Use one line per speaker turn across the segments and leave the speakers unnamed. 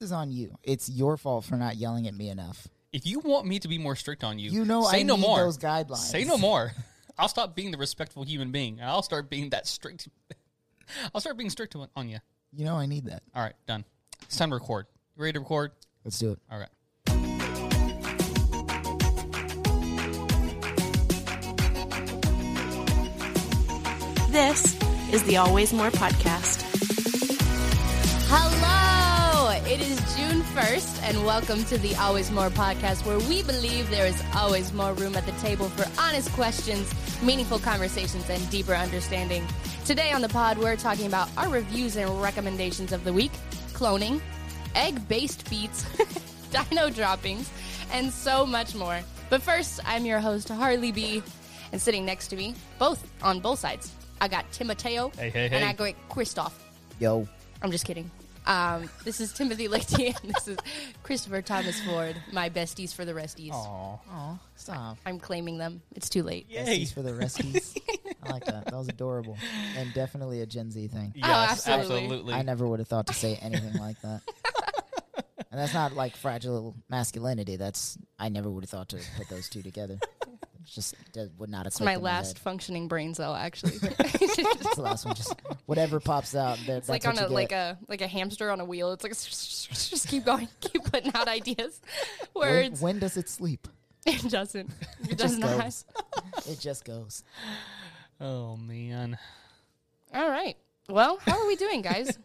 is on you. It's your fault for not yelling at me enough.
If you want me to be more strict on you,
You know
say
I
no
need
more.
those guidelines.
Say no more. I'll stop being the respectful human being. and I'll start being that strict. I'll start being strict on- on you.
You know I need that.
All right, done. It's time to record. You ready to record?
Let's do it.
All right.
Oh,
This is the Always More Podcast.
Hello! It is June 1st, and welcome to the Always More podcast, where we believe there is always more room at the table for honest questions, meaningful conversations, and deeper understanding. Today on the pod, we're talking about our reviews and recommendations of the week, cloning, egg based beats, dino droppings, and so much more. But first, I'm your host, Harley B, and sitting next to me, both on both sides, I got Timoteo
Hey, hey, hey.
and I got Christoph.
Yo.
I'm just kidding. Um, this is Timothy Lichty and this is Christopher Thomas Ford, my besties for the resties.
Aw.
Oh, stop.
I'm claiming them. It's too late.
Yay.
Besties for the resties. I like that. That was adorable. And definitely a Gen Z thing.
Yes,
absolutely.
absolutely.
I never would have thought to say anything like that. And that's not like fragile masculinity. That's I never would have thought to put those two together. It's just that would not have.
It's my last functioning brain cell, actually.
It's the last one. Just whatever pops out. That,
It's like on a like a like a hamster on a wheel. It's like just keep going, keep putting out ideas,
When,
words.
when does it sleep?
It doesn't. It does
just
not.
goes. It just goes.
oh man,
All right. Well, how are we doing, guys?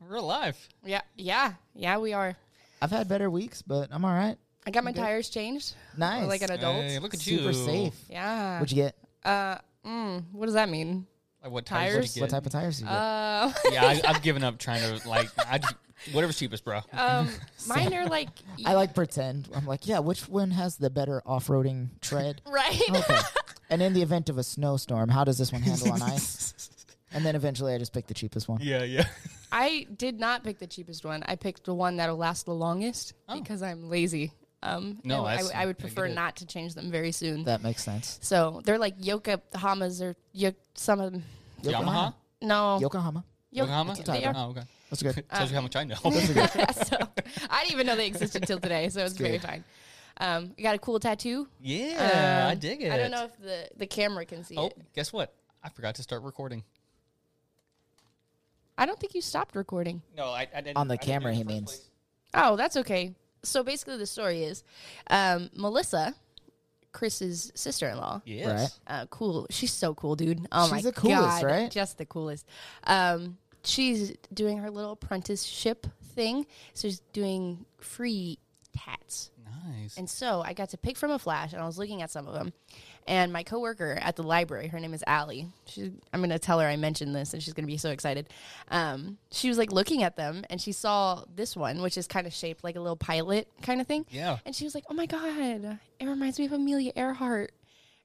we're alive.
yeah, yeah, yeah. We are.
I've had better weeks, but I'm all right.
I got my tires changed.
Nice.
Like an adult.
Hey, look at you.
Super safe.
Yeah.
What'd you get?
Uh, mm, what does that mean?
Like what tires?
Tires?
did you
What
get?
type of tires did you get?
Uh,
yeah, I, I've given up trying to like. I just, whatever's cheapest, bro.
um, mine are like
I like pretend. I'm like, yeah, which one has the better off-roading tread?
right.
Okay. and in the event of a snowstorm, how does this one handle on ice? And then eventually I just picked the cheapest one.
yeah, yeah.
I did not pick the cheapest one. I picked the one that'll last the longest because I'm lazy. Um,
Oh. No,
and I,
that's-
I would
I get
prefer
it.
not to change them very soon.
That makes sense.
so they're like Yokohamas or yo- some of them.
Yamaha.
No,
Yokohama.
Yo-
Yokohama.
they
type.
are-
Oh, okay.
Uh,
That's good.
Tells you how much I know.
so I didn't even know they existed till today. So it's very fine. Um, I got a cool tattoo.
yeah, I
Um,
dig it.
I don't know if the the camera can see
Oh,
it.
guess what? I forgot to start recording.
I don't think you stopped recording.
No, I, I didn't.
On the I didn't do camera, it in he the first means. place.
Oh, that's okay. So basically, the story is um, Melissa, Chris's sister in law.
Yes.
Right.
Uh, cool. She's so cool, dude. Oh
She's
my
the coolest,
god,
right?
Just the coolest. Um, she's doing her little apprenticeship thing. So she's doing free tats.
Nice.
And so I got to pick from a flash, and I was looking at some of them. And my coworker at the library, her name is Allie. She, I'm going to tell her I mentioned this, and she's going to be so excited. Um, she was like looking at them, and she saw this one, which is kind of shaped like a little pilot kind of thing.
Yeah.
And she was like, "Oh my god, it reminds me of Amelia Earhart."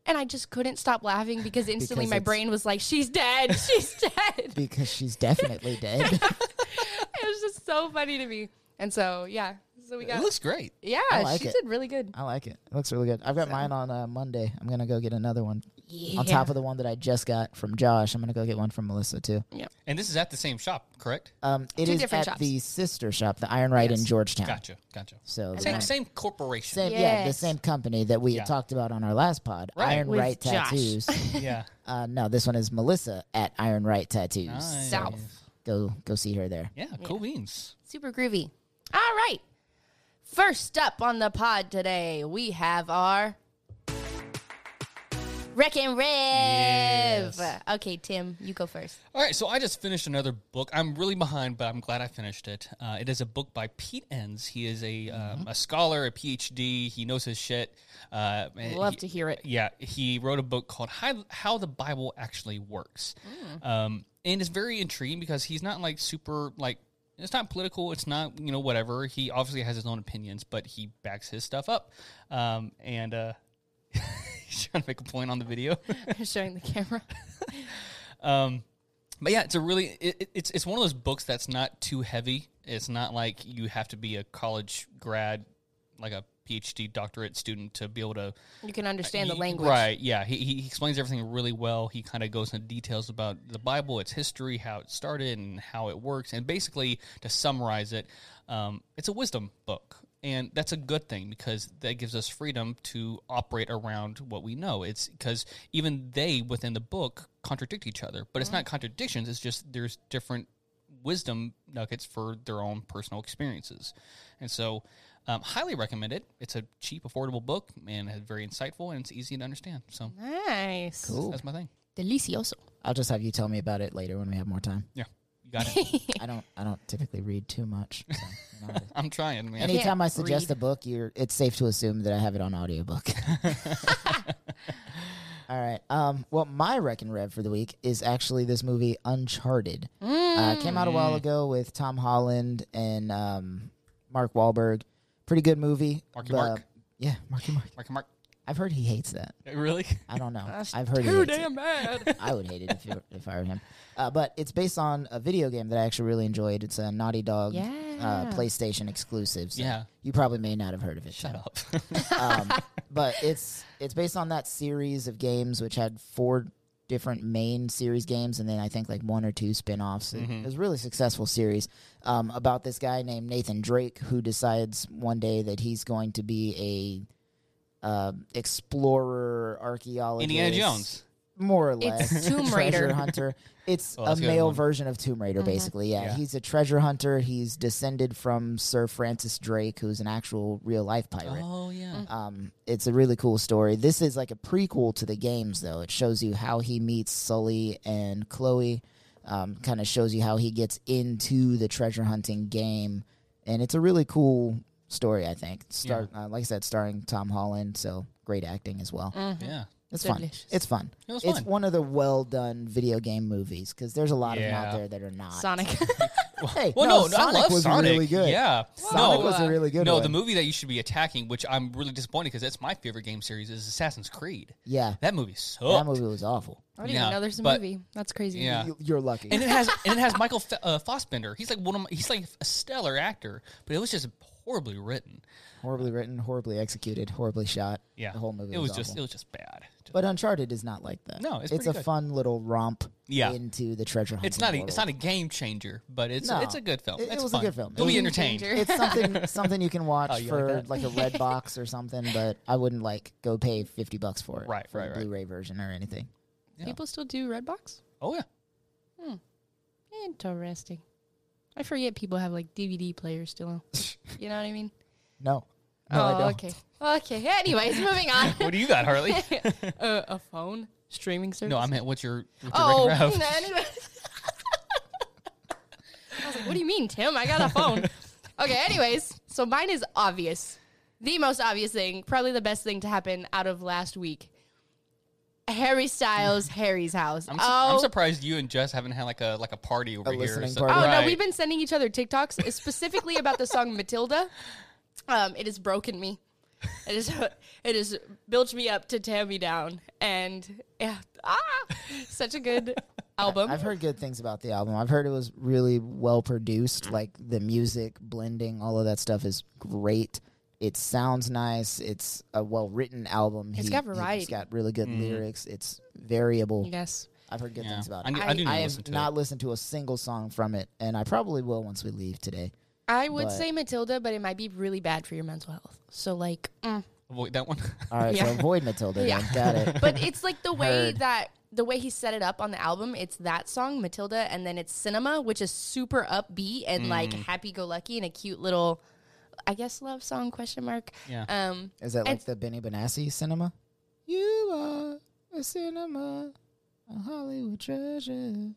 And I just couldn't stop laughing because instantly
Because
my
it's-
brain was like, "She's dead. She's dead."
Because she's definitely dead.
it was just so funny to me. And so yeah, so we
It
got
looks great.
yeah,
I like
she
it.
did really good.
I like it. It looks really good. I've got mine on uh, Monday. I'm gonna go get another one.
Yeah.
On top of the one that I just got from Josh, I'm gonna go get one from Melissa too.
And this is at the same shop, correct?
Um, it is
Two different
at
shops.
the sister shop, the Iron Right in Georgetown.
Gotcha. Gotcha.
So the
Same,
one-
same corporation.
same- yeah, the
Yes.
same company that we
Yeah.
had talked about on our last pod,
Right.
Iron
With
Right
Josh.
Tattoos.
Yeah.
uh, no, this one is Melissa at Iron Right Tattoos.
Nice.
South.
Go go see her there.
Yeah. Cool beans.
Super groovy. All right. First up on the pod today, we have our Wreck and Rev.
Yes.
Okay, Tim, you go first.
All right, so I just finished another book. I'm really behind, but I'm glad I finished it. Uh, it is a book by Pete Enns. He is a
Mm-hmm.
um, a scholar, a PhD. He knows his shit. Uh, and
Love
he-
to hear it.
Yeah, he wrote a book called "How, How the Bible Actually Works," um, and it's very intriguing because he's not like super like it's not political. It's not you know whatever. He obviously has his own opinions, but he backs his stuff up. Um, and uh, he's trying to make a point on the video.
Showing the camera.
Um, but yeah, it's a really it, it- it's it's one of those books that's not too heavy. It's not like you have to be a college grad, like a PhD doctorate student to be able to
You can understand the
Ye-
language.
Right, yeah. He, he he explains everything really well. He kind of goes into details about the Bible, its history, how it started, and how it works. And basically, to summarize it, um, it's a wisdom book. And that's a good thing because that gives us freedom to operate around what we know. It's because even they within the book contradict each other, but it's
Mm-hmm.
not contradictions. It's just there's different wisdom nuggets for their own personal experiences. And so, um, highly recommend it. It's a cheap, affordable book and it's very insightful and it's easy to understand. So,
Nice.
Cool.
that's my thing.
Delicioso.
I'll just have you tell me about it later when we have more time.
Yeah. You got it.
I don't. I don't typically read too much. So you know,
I'm trying, man.
anytime I suggest
read.
a book, you're. It's safe to assume that I have it on audiobook. All right. Um, well, my rec and rev for the week is actually this movie Uncharted. Uh, came out a while ago with Tom Holland and um, Mark Wahlberg. Pretty good movie.
Marky
but-
Mark.
Yeah, Marky Mark.
Mark, Mark.
I've heard he hates that.
Really?
I don't know. I've heard he hates it.
bad.
I would hate it if, it, if I were him. Uh, but it's based on a video game that I actually really enjoyed. It's a Naughty Dog
Yeah.
uh, PlayStation exclusive. So
Yeah.
You probably may not have heard of it.
Shut
Tim.
up.
Um, but it's it's based on that series of games, which had four different main series games, and then I think like one or two spin offs. It,
Mm-hmm.
it was a really successful series um, about this guy named Nathan Drake who decides one day that he's going to be a uh, explorer, archaeologist,
Indiana Jones.
more or
It's
less
Tomb
treasure
Raider. Mm-hmm.
hunter. It's
Oh,
a
that's a good
male
one.
version of Tomb Raider, basically. Yeah.
Yeah.
he's a treasure hunter. He's descended from Sir Francis Drake, who's an actual real life pirate.
Oh, yeah.
Um, it's a really cool story. This is like a prequel to the games, though. It shows you how he meets Sully and Chloe. Um, kind of shows you how he gets into the treasure hunting game, and it's a really cool story. I think. Start uh, like I said, starring Tom Holland, so great acting as well.
Yeah.
It's
Delicious.
fun. It's fun.
It was
it's
fun.
one of the well done video game movies because there's a lot of them
Yeah.
out there that are not.
Sonic.
Hey,
Well,
no,
no, no,
Sonic
I love
was
Sonic.
really good.
Yeah.
Sonic
no, uh,
was a really good
no,
one.
the movie that you should be attacking, which I'm really disappointed because that's my favorite game series, is Assassin's Creed.
Yeah,
That movie sucked.
that movie was awful.
I didn't
Yeah,
even know there's a
but-
movie. That's crazy.
Oh. Yeah.
You- You're lucky.
and it has and it has Michael F- uh, Fossbender. He's like one of my, he's like a stellar actor, but it was just horribly written.
horribly written, horribly executed, horribly shot.
Yeah,
the whole movie.
It was, just
awful.
it was just bad. Just-
But Uncharted is not like that.
No, it's
it's
pretty
a
good.
fun little romp.
Yeah.
into the treasure hunt.
it's not a, it's not a game changer, but it's
No.
it's a good film.
It- it
It's
was a
fun.
good film.
You'll be
Game
entertained.
changer.
It's something something you can watch
e-, Oh, you like
for
that?
like, a red box or something, but I wouldn't like go pay fifty bucks for it.
Right,
for
right,
a
right.
Blu-ray version or anything.
People still do Redbox?
Oh yeah,
Interesting. I forget people have like DVD players still. you know what I mean? Oh,
No, no, I don't.
okay. Okay. Anyways, moving on.
what do you got, Harley?
uh, a phone streaming service.
no, I meant what's your what's your
Oh,
record of?
no, anyway. I was like, what do you mean, Tim? I got a phone. okay, anyways, so mine is obvious. The most obvious thing, probably the best thing to happen out of last week. Harry Styles, Harry's house.
I'm, su-
oh,
I'm surprised you and Jess haven't had like a like a party over here. or
listening
something.
party.
Oh
Right.
no, we've been sending each other TikToks uh, specifically about the song Matilda. Um, it has broken me. It is it has built me up to tear me down, and yeah, ah, such a good album.
I've heard good things about the album. I've heard it was really well produced. Like the music, blending, all of that stuff is great. It sounds nice. It's a well written album.
It's
He-
got
he-
variety.
It's got really good lyrics. It's variable.
yes,
I've heard good
Mm-hmm. Yeah.
things about
I,
it.
need- I
I-
do need
I
to listen
have
to
not
it.
listened to a single song from it, and I probably will once we leave today.
I would
But-
say Matilda, but it might be really bad for your mental health. So like, mm.
Avoid that one.
All right,
Yeah.
so avoid Matilda.
Yeah.
Then. Got it.
but it's like the way
Heard.
that the way he set it up on the album. It's that song Matilda, and then it's Cinema, which is super upbeat and like
Mm.
happy go lucky and a cute little, I guess, love song question mark.
Yeah.
Um,
Is that like
And-
the Benny Benassi cinema? You are a cinema, a Hollywood treasure.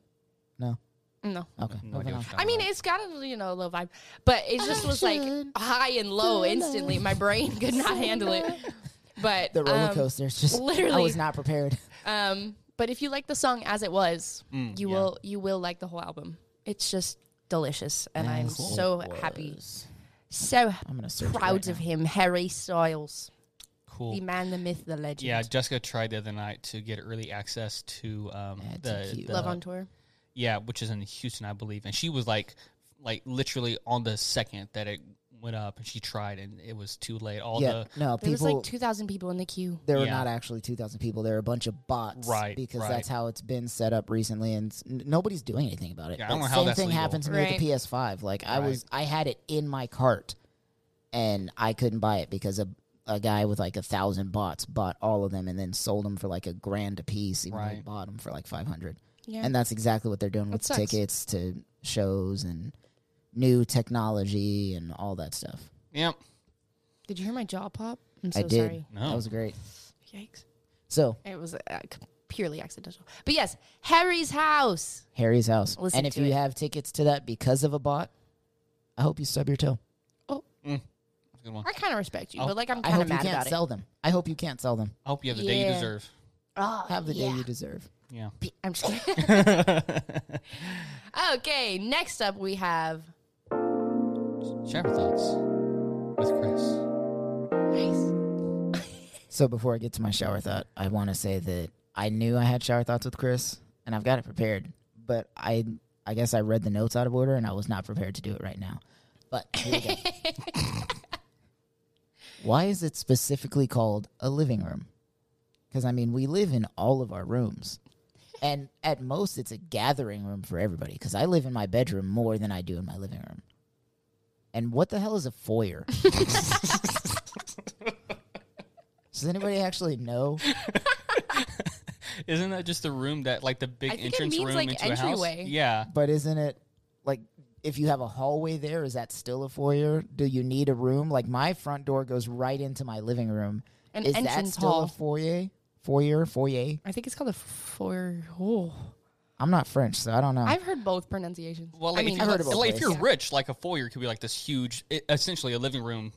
No.
no.
Okay.
No
moving
idea
on.
what you're
I mean, it's got a you know low vibe, but it just was like high and low instantly. My brain could not handle it. But
The roller
um,
coaster is just I
literally.
was not prepared.
Um, but if you like the song as it was,
Mm,
you
yeah.
will you will like the whole album. It's just delicious, and I'm
As
so
it
happy,
was.
so
I'm gonna search.
proud
right
of
now.
him, Harry Styles,
cool.
the man, the myth, the legend.
Yeah, Jessica tried the other night to get early access to um,
That's
the,
cute.
the
Love on tour.
Yeah, which is in Houston, I believe. And she was like, like literally on the second that it went up and she tried and it was too late. All
yeah, no,
There was
people.
like 2,000 people in the queue.
there were
Yeah.
not actually 2,000 people. There were a bunch of bots,
Right,
Because
right.
that's how it's been set up recently, and s- n- nobody's doing anything about it.
Yeah, I don't
That
know how
same
that's
thing
legal.
happened to me
Right.
with the PS5. Like I was, I had it in my cart, and I couldn't buy it because a a guy with like a thousand bots bought all of them and then sold them for like a grand a piece, even though he
Right.
bought them for like 500.
Yeah.
And that's exactly what they're doing with
That sucks.
tickets to shows and new technology and all that stuff.
the yeah.
Did you hear my jaw pop? I'm so
I did.
sorry.
No.
That was great.
Yikes.
So
It was uh, c- purely accidental. But yes, Harry's house.
Harry's house.
Listen
and if
to
you
it.
have tickets to that because of a bot, I hope you stub your toe.
Good one.
I kind of respect you,
I'll-
but like I'm
Oh, I
kind of
hope you
mad
can't
about
sell them. I hope you can't sell them.
I hope you have the day you
Yeah.
deserve.
it. Oh,
Have the
yeah.
day you deserve.
Yeah.
P- I'm just kidding. okay, next up we have.
Shower thoughts with Chris.
Nice.
So before I get to my shower thought, I want to say that I knew I had shower thoughts with Chris, and I've got it prepared. But I, I guess I read the notes out of order, and I was not prepared to do it right now. But here we go. Why is it specifically called a living room? Because I mean, we live in all of our rooms, and at most, it's a gathering room for everybody. Because I live in my bedroom more than I do in my living room. And what the hell is a foyer? Does anybody actually know?
Isn't that just the room that like the big
I think it
entrance
means,
room
like,
into a
entryway.
house? Yeah.
But isn't it like if you have a hallway there, is that still a foyer? Do you need a room? Like my front door goes right into my living room.
An
is that
entrance
still
hall.
a foyer? Foyer, foyer.
I think it's called a four. Oh.
I'm not French, so I don't know.
I've heard both pronunciations.
Well, like,
I mean,
if, you,
I've heard of both
like, if
ways.
you're
Yeah.
rich, like a foyer could be like this huge, i essentially a living room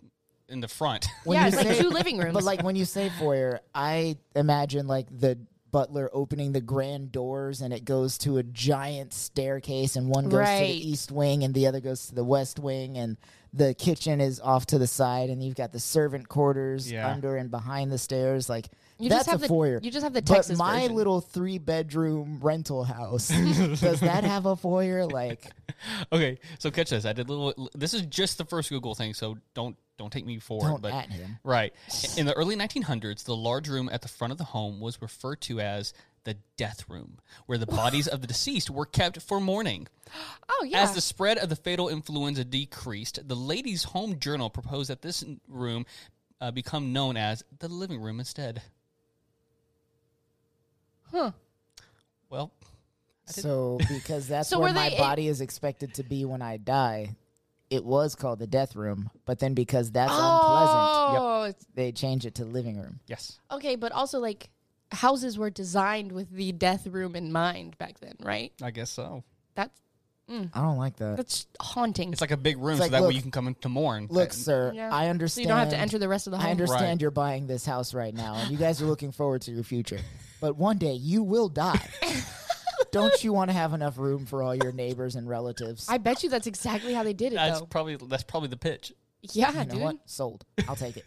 in the front.
yeah, it's like two living rooms.
but like when you say foyer, I imagine like the butler opening the grand doors and it goes to a giant staircase and one goes to
Right.
the east wing and the other goes to the west wing and the kitchen is off to the side and you've got the servant quarters
Yeah.
under and behind the stairs like
You
that's
just have
a
the-
foyer.
you just have the
but
Texas
my
version.
little three bedroom rental house does that have a foyer like
okay, so catch this. I did a little. This is just the first Google thing, so don't don't take me for it.
don't
But
at him
right in the early 1900s, the large room at the front of the home was referred to as the death room, where the bodies of the deceased were kept for mourning.
oh yeah.
As the spread of the fatal influenza decreased, the Ladies' Home Journal proposed that this n- room uh, become known as the living room instead.
huh.
Well,
So because that's
So
where
were
my
they-
body is expected to be when I die, it was called the death room, but then because that's unpleasant,
Oh, it's-
they change it to living room.
yes.
Oh. okay, but also like houses were designed with the death room in mind back then, right?
I guess so.
That's
I don't like that.
that's haunting.
It's like a big room,
It's
so
like,
that way
look-
you can come in to mourn.
Look,
Uh,
sir,
Yeah.
I understand.
so you don't have to enter the rest of the home.
I understand
Right.
you're buying this house right now, and you guys are looking forward to your future. But one day you will die. don't you want to have enough room for all your neighbors and relatives?
I bet you that's exactly how they did it
that's
though.
probably that's probably the pitch.
yeah,
you know
dude.
what? Sold. I'll take it.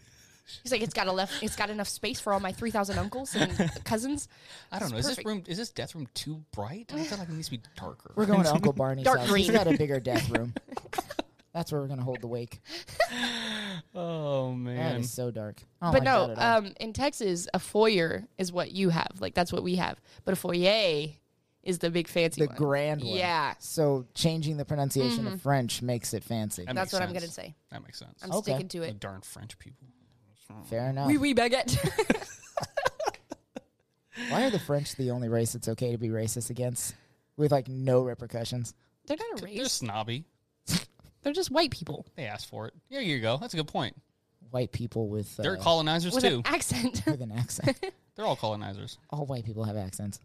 He's like, it's got a left. It's got enough space for all my three thousand uncles and cousins.
I don't
It's
know. Is
perfect.
this room is this death room too bright? I feel like it needs to be darker.
We're going to Uncle Barney's
Dark
house. He's
green.
got a bigger death room. That's where we're gonna hold the wake.
Oh
That
man.
is so dark. Oh I don't
But
like that
no,
at all.
um, in Texas, a foyer is what you have. Like that's what we have. But a foyer is the big fancy
the
one.
grand one.
Yeah.
So changing the pronunciation of French makes it fancy.
That
That's
makes
what I'm
sense.
gonna say.
That makes sense.
I'm
Okay.
sticking to
The
it.
darn French people.
Fair enough.
Wee wee baguette.
Why are the French the only race it's okay to be racist against? With like no repercussions.
They're not a
They're
race.
snobby.
They're just white people
They asked for it. There you go. That's a good point.
White people with uh,
They're colonizers
with
too.
an accent.
with an accent.
They're all colonizers.
All white people have accents.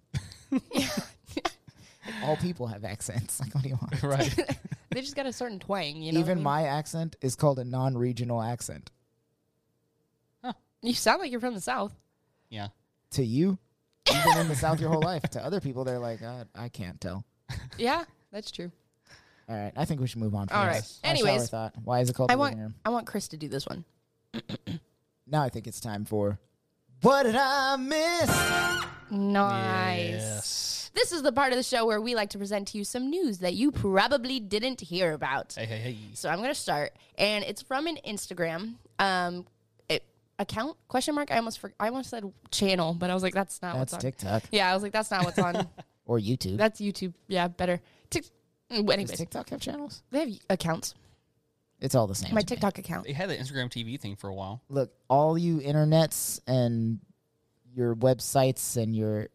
All people have accents. Like what do you want?
right.
they just got a certain twang. You know. what I
Even
mean?
my accent is called a non-regional accent.
You sound like you're from the south.
Yeah.
To you, you've been in the South your whole life. To other people, they're like, uh, I can't tell.
Yeah, that's true.
All right, I think we should move on. From
All
this.
right.
My shower
Anyways.
thought. why is it called?
I
the
want
living room?
I want Chris to do this one.
Now I think it's
Oh,
time for. What did I miss?
Nice.
Yes.
This is the part of the show where we like to present to you some news that you probably didn't hear about.
Hey, hey, hey.
So I'm gonna start, and it's from an Instagram um it, account question mark. I almost for, I almost said channel, but I was like, that's not
That's
what's on.
TikTok
Yeah, I was like, that's not what's on.
or YouTube.
that's YouTube. Yeah, better. Tik- anyways,
Does TikTok have channels?
they have accounts.
It's all the same.
My
to me.
TikTok account.
They had the Instagram TV thing for a while.
Look, all you internets and your websites and your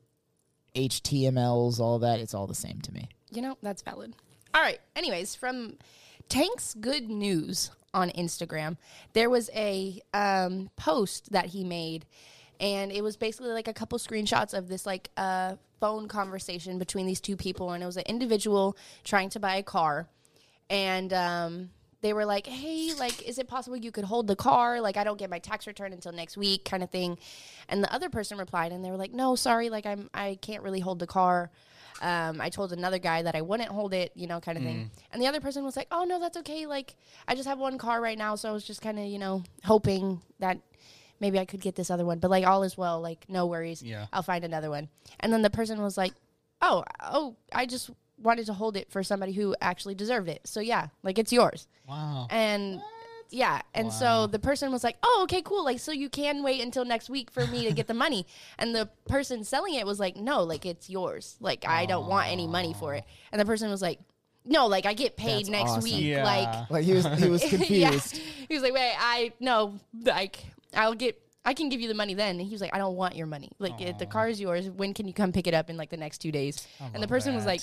HTMLs, all that, it's all the same to me.
You know, that's valid. All right. Anyways, from Tank's Good News on Instagram, there was a um, post that he made, and it was basically like a couple screenshots of this like uh, phone conversation between these two people, and it was an individual trying to buy a car, and um, they were like, "Hey, like, is it possible you could hold the car? Like, I don't get my tax return until next week, kind of thing." And the other person replied, and they were like, "No, sorry, like, I'm I can't really hold the car. Um, I told another guy that I wouldn't hold it, you know, kind of thing." And the other person was like, "Oh no, that's okay. Like, I just have one car right now, so I was just kind of, you know, hoping that." Maybe I could get this other one, but like all is well, like no worries.
Yeah.
I'll find another one. And then the person was like, "Oh, oh, I just wanted to hold it for somebody who actually deserved it. So yeah, like it's yours."
Wow.
And yeah, and
Wow.
so the person was like, "Oh, okay, cool. Like so you can wait until next week for me to get the money." And the person selling it was like, "No, like it's yours. Like I don't want any money for it." And the person was like, "No, like I get paid
That's
next
awesome.
week." Like
Like he was, he was confused.
yeah. He was like, wait, I no, like I'll get I can give you the money then. And he was like, I don't want your money. Like if the car is yours. When can you come pick it up in like the next two days? And the
love
person was
that.
like,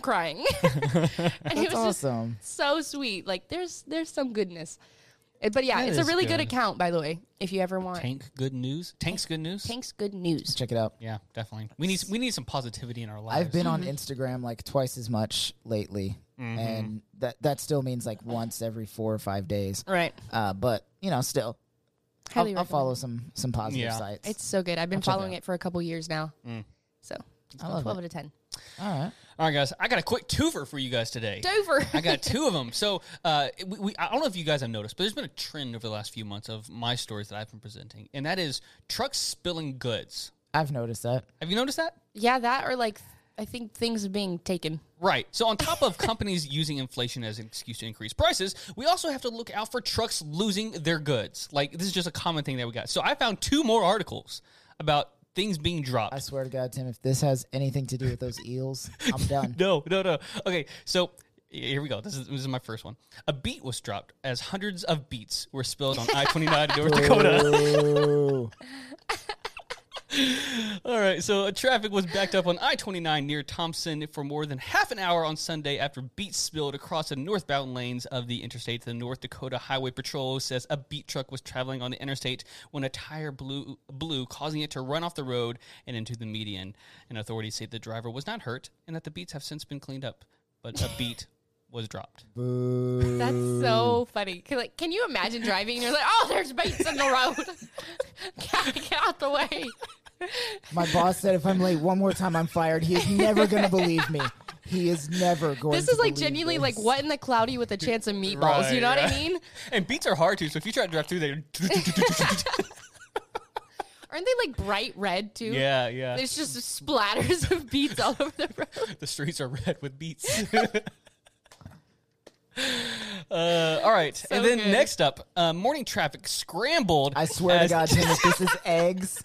crying. and it
That's
was
awesome.
just so sweet. Like there's there's some goodness. Uh, But yeah,
That
it's a
is
really good.
good.
account, by the way, if you ever want.
Tank good news. Tank's good news.
Tank's good news.
Check it out.
Yeah, definitely. We need we need some positivity in our lives.
I've been on
Mm-hmm.
Instagram like twice as much lately, and that that still means like once every four or five days.
Right.
Uh, but you know, still,
Highly
I'll, I'll
recommend.
follow some some positive
Yeah.
sites.
It's so good. I've been
check it
following
out.
it for a couple years now.
Mm.
So
I love
twelve
it.
out of ten.
All right,
All right, guys. I got a quick twofer for you guys today.
Dover.
I got two of them. So uh, we, we, I don't know if you guys have noticed, but there's been a trend over the last few months of my stories that I've been presenting, and that is trucks spilling goods.
I've noticed that.
Have you noticed that?
yeah, that or like I think things being taken.
Right. So on top of companies using inflation as an excuse to increase prices, we also have to look out for trucks losing their goods. Like this is just a common thing that we got. So I found two more articles about things being dropped.
I swear to God, Tim, if this has anything to do with those eels, I'm done.
no, no, no. Okay, so here we go. This is this is my first one. A beet was dropped as hundreds of beets were spilled on I twenty nine North Dakota.
Ooh.
All right, so uh, traffic was backed up on I twenty nine near Thompson for more than half an hour on Sunday after beets spilled across the northbound lanes of the interstate. The North Dakota Highway Patrol says a beet truck was traveling on the interstate when a tire blew, blew causing it to run off the road and into the median. And authorities say the driver was not hurt and that the beets have since been cleaned up, but a beet was dropped.
Boo.
That's so funny. 'Cause, Like, can you imagine driving? And you're like, oh, there's beets in the road. get, get out the way.
My boss said if I'm late one more time, I'm fired. He is never going to believe me. He is never going.
This
to
is like
believe
genuinely
this.
like what in the cloudy with a chance of meatballs. you
Right,
know what I
right.
mean?
And beats are hard too, so if you try to drive through there,
Aren't they like bright red too?
yeah, yeah,
There's just splatters of beets all over the road.
the streets are red with beats. Uh, all right, and then
good.
next up, uh, morning traffic scrambled.
I swear to
as-
God, Tim, if this is eggs,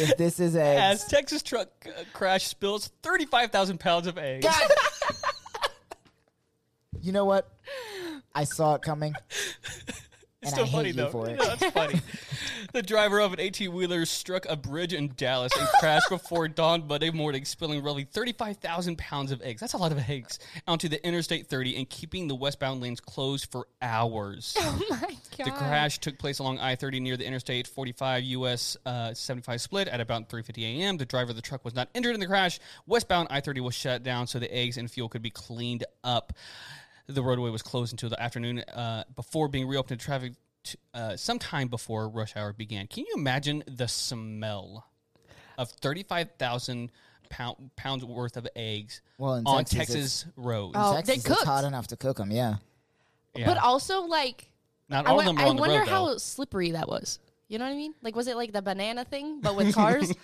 if this is eggs,
as Texas truck uh, crash spills thirty five thousand pounds of eggs.
You know what? I saw it coming. And
Still
I hate
funny
you
though.
for it.
No, that's funny. the driver of an 18 wheeler struck a bridge in Dallas and crashed before dawn Monday morning, spilling roughly 35,000 pounds of eggs. That's a lot of eggs onto the Interstate 30 and keeping the westbound lanes closed for hours.
Oh my god.
The crash took place along I-30 near the Interstate 45 U.S. Uh, 75 split at about 3:50 a.m. The driver of the truck was not injured in the crash. Westbound I-30 was shut down so the eggs and fuel could be cleaned up. The roadway was closed until the afternoon uh, before being reopened to traffic t- uh, sometime before rush hour began. Can you imagine the smell of 35,000 pound, pounds worth of eggs
Well, in
on
Texas,
Texas, roads?
Oh,
Texas,
they
it's
cooked.
hot enough to cook them. Yeah,
Yeah.
But also like
not
I,
all
wa-
of them were
I
on the
wonder
road,
how
though.
slippery that was. You know what I mean? Like was it like the banana thing but with cars?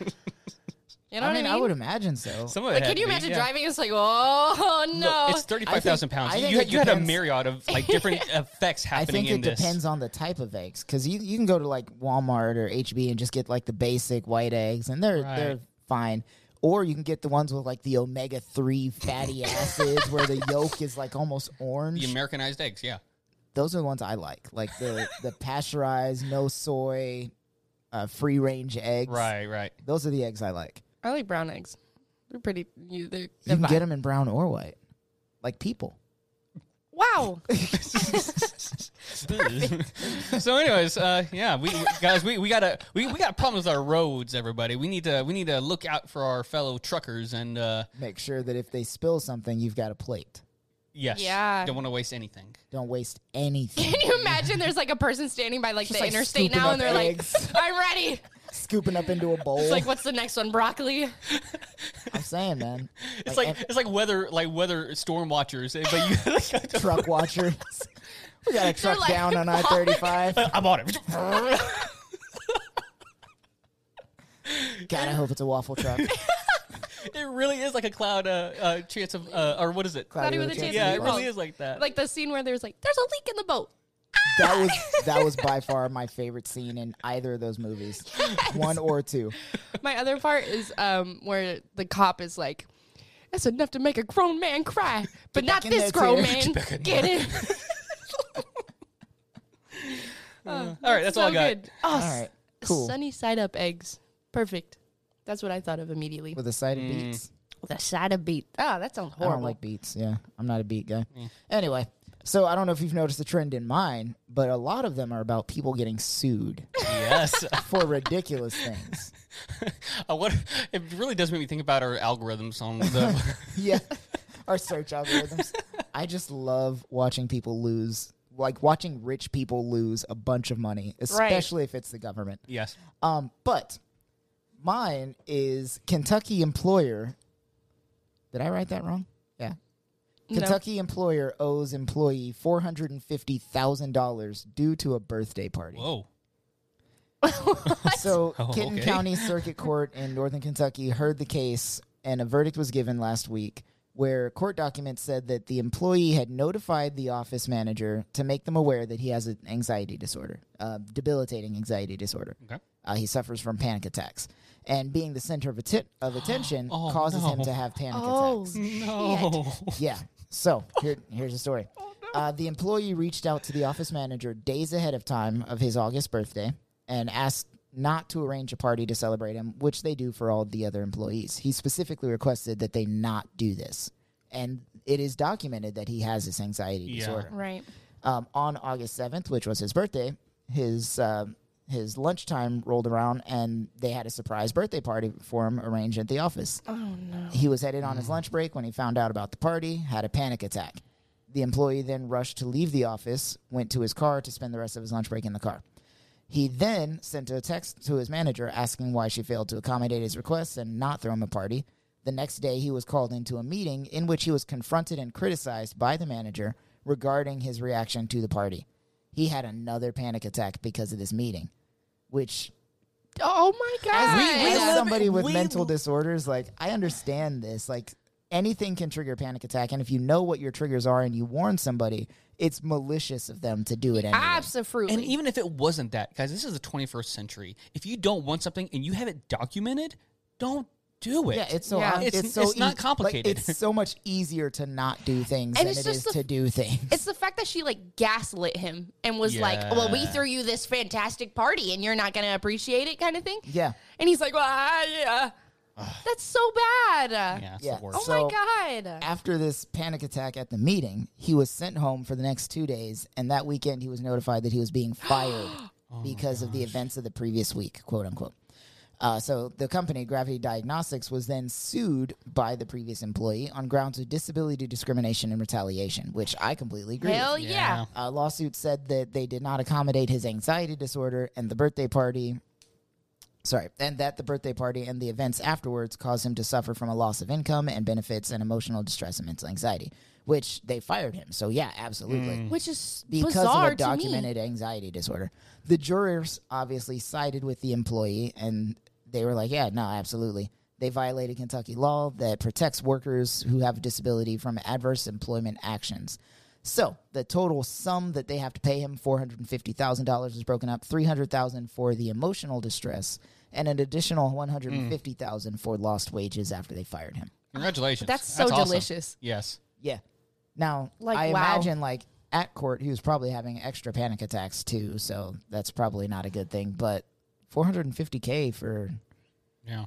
You know
I mean,
what
I would imagine so.
Some of it
Like,
had
can
to
you
be,
imagine
yeah.
driving? It's like, oh
Look,
no.
it's thirty-five thousand pounds.
I think
You,
it
you had a
depends-
myriad of like different effects
I
happening
think
in
it
this.
depends on the type of eggs because you, you can go to like Walmart or HB and just get like the basic white eggs and they're they're
Right.
fine. Or you can get the ones with like the omega three fatty acids where the yolk is like almost orange.
The Americanized eggs, yeah.
Those are the ones I like, like the the pasteurized, no soy, uh, free range eggs.
Right, right.
Those are the eggs I like.
I like brown eggs. They're pretty. You, they're,
You
they're
can
fine.
get them in brown or white, like people.
Wow.
so, anyways, uh, yeah, we we- guys, we, we gotta we, we got problems with our roads, everybody. We need to we need to look out for our fellow truckers and uh,
Make sure that if they spill something, you've got a plate.
yes,
Yeah.
don't want to waste anything.
Don't waste anything.
Can you imagine? There's like a person standing by like
Just,
the
like,
interstate
scooping
now,
up
and they're
eggs.
like, "I'm ready."
Scooping up into a bowl.
It's like, what's the next one? Broccoli.
I'm saying, man.
It's like it's like weather like weather storm watchers, eh, but you.
and truck watchers. we got a truck
like,
down on I thirty five.
I'm on it.
God, I hope it's a waffle truck.
It really is like a cloud uh, uh, chance of uh, or what is it?
Cloudy with a chance of
Yeah, it
meatballs.
really is like that.
Like the scene where there's like, "There's a leak in the boat."
That was that was by far my favorite scene in either of those movies, one or two.
My other part is um where the cop is like, "That's enough to make a grown man cry, but not
back in
this
there,
grown
too.
man."
back in
Get it?
all right, that's all I got.
Oh,
All right, cool.
Sunny side up eggs. Perfect. That's what I thought of immediately.
With a side of beets.
With a side of beet. Oh, that sounds
I don't like beets. Yeah, I'm not a beet guy. Anyway, so I don't know if you've noticed the trend in mine, but a lot of them are about people getting sued
Yes,
for ridiculous things.
I wonder, Uh, it really does make me think about our algorithms on the.
Yeah, our search algorithms. I just love watching people lose, like watching rich people lose a bunch of money, especially if it's the government.
yes.
Um, but mine is Kentucky employer. Did I write that wrong? Yeah. Kentucky employer owes employee four hundred and fifty thousand dollars due to a birthday party.
Whoa.
So
Oh,
Kenton
okay.
County Circuit Court in Northern Kentucky heard the case, and a verdict was given last week where court documents said that the employee had notified the office manager to make them aware that he has an anxiety disorder, uh, debilitating anxiety disorder.
Okay.
Uh, he suffers from panic attacks, and being the center of, atten- of attention
Oh,
causes him
no.
to have panic
Oh,
attacks.
No.
Yeah. So here, here's the story. Uh, the employee reached out to the office manager days ahead of time of his August birthday and asked not to arrange a party to celebrate him, which they do for all the other employees. He specifically requested that they not do this. And it is documented that he has this anxiety
Yeah.
disorder
right.
um, on August seventh, which was his birthday, his uh, his lunchtime rolled around, and they had a surprise birthday party for him arranged at the office. Oh no! He was headed on his lunch break when he found out about the party, had a panic attack. The employee then rushed to leave the office, went to his car to spend the rest of his lunch break in the car. He then sent a text to his manager asking why she failed to accommodate his requests and not throw him a party. The next day, he was called into a meeting in which he was confronted and criticized by the manager regarding his reaction to the party. He had another panic attack because of this meeting, which
Oh my
as,
god.
as
love
somebody
it.
with
We-
mental disorders, like I understand this. Like anything can trigger a panic attack, and if you know what your triggers are and you warn somebody, it's malicious of them to do it anyway.
Absolutely.
And even if it wasn't that, guys, this is the 21st century. If you don't want something and you have it documented, don't do it.
Yeah, it's so
Yeah.
ob- it's,
It's-
so e-,
it's not
like,
complicated.
it's so much easier to not do things
And
than
it's
it
just
is
the-
to do things.
it's the fact that she like gaslit him and was like, "Oh, "Well, we
Yeah.
threw you this fantastic party, and you're not going to appreciate it," kind of thing.
yeah,
And he's like, "Well, ah, yeah, that's so bad."
yeah, it's
yeah.
the worst.
Oh
So-
my god.
after this panic attack at the meeting, he was sent home for the next two days, and that weekend he was notified that he was being fired
Oh
because of the events of the previous week, quote unquote. Uh, so the company Gravity Diagnostics was then sued by the previous employee on grounds of disability discrimination and retaliation, which I completely agree. with.
Hell yeah.
Yeah.
A lawsuit said that they did not accommodate his anxiety disorder and the birthday party. Sorry, and that the birthday party and the events afterwards caused him to suffer from a loss of income and benefits and emotional distress and mental anxiety, which they fired him. So, yeah, absolutely.
Which is
Because
bizarre
of a
to me.
documented anxiety disorder. The jurors obviously sided with the employee and they were like, yeah, no, absolutely. They violated Kentucky law that protects workers who have a disability from adverse employment actions. So the total sum that they have to pay him, four hundred and fifty thousand dollars, is broken up: three hundred thousand for the emotional distress, and an
Mm.
additional one hundred and fifty thousand for lost wages after they fired him.
Congratulations.
That's so
awesome.
delicious.
Yes.
Yeah. Now,
Like,
I
wow.
imagine like at court, he was probably having extra panic attacks too, so that's probably not a good thing. But 450k for,
Yeah.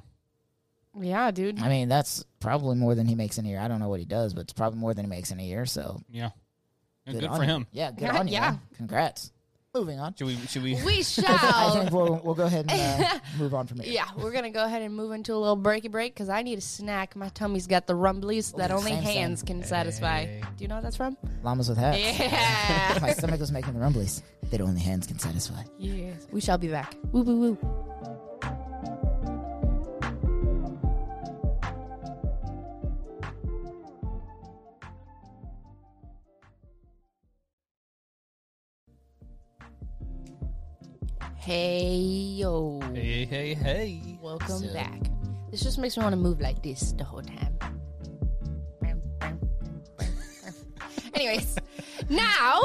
Yeah, dude.
I mean, that's probably more than he makes in a year. I don't know what he does, but it's probably more than he makes in a year. So
Yeah. And good
on
for
you.
him.
Yeah, good
Yeah,
on you.
yeah.
man. Congrats. Moving on.
Should we? Should we?
We
I
shall.
think we'll we'll go ahead and uh, move on from here.
yeah, we're gonna go ahead and move into a little breaky break because I need a snack. My tummy's got the rumblies that
Ooh,
only
same, same.
hands can satisfy. Do you know what that's from?
Llamas with hats.
Yeah.
My stomach was making the rumblies that only hands can satisfy.
yes. We shall be back. Woo woo woo. Hey yo.
Hey, hey, hey.
Welcome back. This just makes me want to move like this the whole time. Anyways, now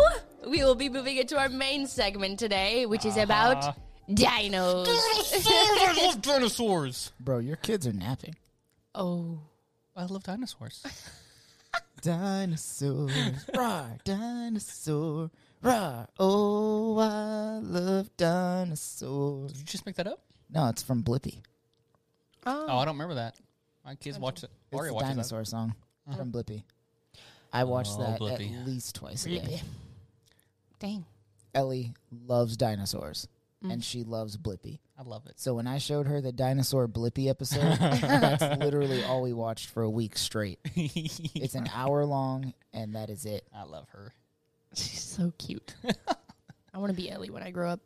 we will be moving into our main segment today, which is
Uh-huh.
about dinos.
I love dinosaurs.
Bro, your kids are napping.
oh.
I love dinosaurs.
Dinosaur, rah, dinosaur, rah. Oh, I love dinosaurs.
Did you just make that up?
No, it's from Blippi.
Oh, I don't remember that. My kids watch it.
It's
Aria
a
watches
dinosaur song from Blippi. I watched
Oh,
that
Blippi.
at least twice a day.
Dang.
Ellie loves dinosaurs, and she loves Blippi.
that. I love it.
So when I showed her the dinosaur Blippi episode, that's literally all we watched for a week straight. It's an hour long, and that is it.
I love her.
She's so cute. I want to be Ellie when I grow up.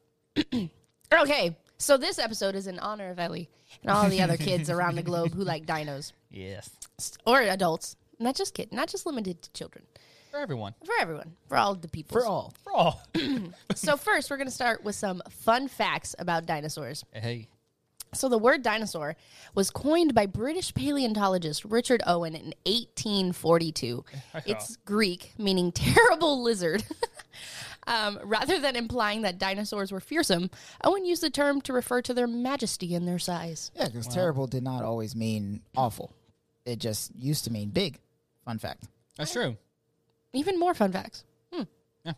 okay, so this episode is in honor of Ellie and all the other kids around the globe who like dinos
Yes.
or adults. Not just kids, not just limited to children.
For everyone.
For everyone, for all the people.
For all,
For all.
So first, we're going to start with some fun facts about dinosaurs.
hey.
So the word dinosaur was coined by British paleontologist Richard Owen in 1842. It's Greek, meaning terrible lizard. um, rather than implying that dinosaurs were fearsome, Owen used the term to refer to their majesty and their size.
Yeah, because terrible did not always mean awful. It just used to mean big. Fun fact.
That's true.
Even more fun facts.
All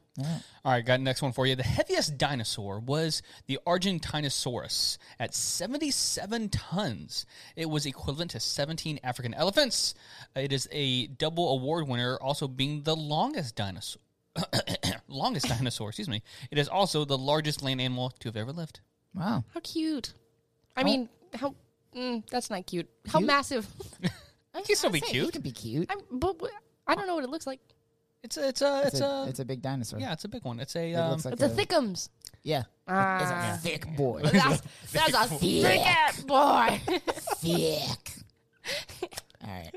right, got the next one for you. The heaviest dinosaur was the Argentinosaurus at 77 tons. It was equivalent to 17 African elephants. It is a double award winner, also being the longest dinosaur. longest dinosaur, excuse me. It is also the largest land animal to have ever lived.
Wow.
How cute. I mean, how. Mm, that's not cute. How massive.
I can still be
Hey, It
cute.
can be cute.
I'm, but wh- I don't know what it looks like.
It's a, it's a, it's,
It's,
a,
a, it's a big dinosaur.
uh, yeah, it's a big one. It's a,
It
um,
looks like
It's a thickums.
Yeah. it's a
Ah.
thick boy.
That's, that's a thick ass boy.
thick. All right.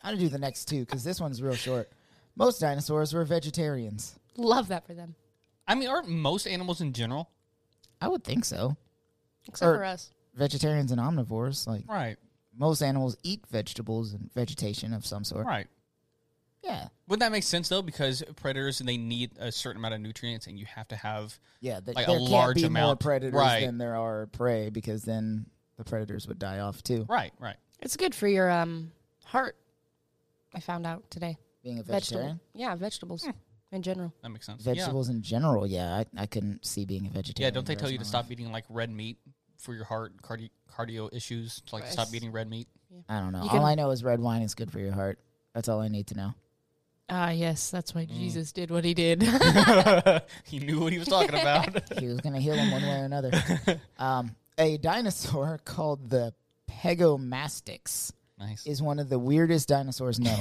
I'm going to do the next two because this one's real short. Most dinosaurs were vegetarians.
Love that for them.
I mean, aren't most animals in general?
I would think so.
Except
Or-
for us.
Vegetarians and omnivores, like
Right,
most animals eat vegetables and vegetation of some sort.
right.
Yeah.
Wouldn't that make sense though? Because predators they need a certain amount of nutrients, and you have to have
Yeah, that
Like a
there can't
large
be more
amount.
predators
Right.
than there are prey because then the predators would die off too.
right, right.
It's good for your um heart. I found out today.
Being a vegetarian,
Vegetable. Yeah, vegetables in general.
That makes sense.
vegetables in general, yeah, I, I couldn't see being a
Yeah, yeah.
vegetarian.
Don't they
the
tell
rest
you to
of my
stop eating like red meat for your heart cardio cardio issues? To, like stop eating red meat.
life. I don't know.
You
all
can-
I know is red wine is good for your heart. That's all I need to know.
Ah, yes, that's
Hmm.
why Jesus did what he did.
he knew what he was talking about.
He was going to heal him one way or another. Um, a dinosaur called the Pegomastix
nice.
is one of the weirdest dinosaurs known.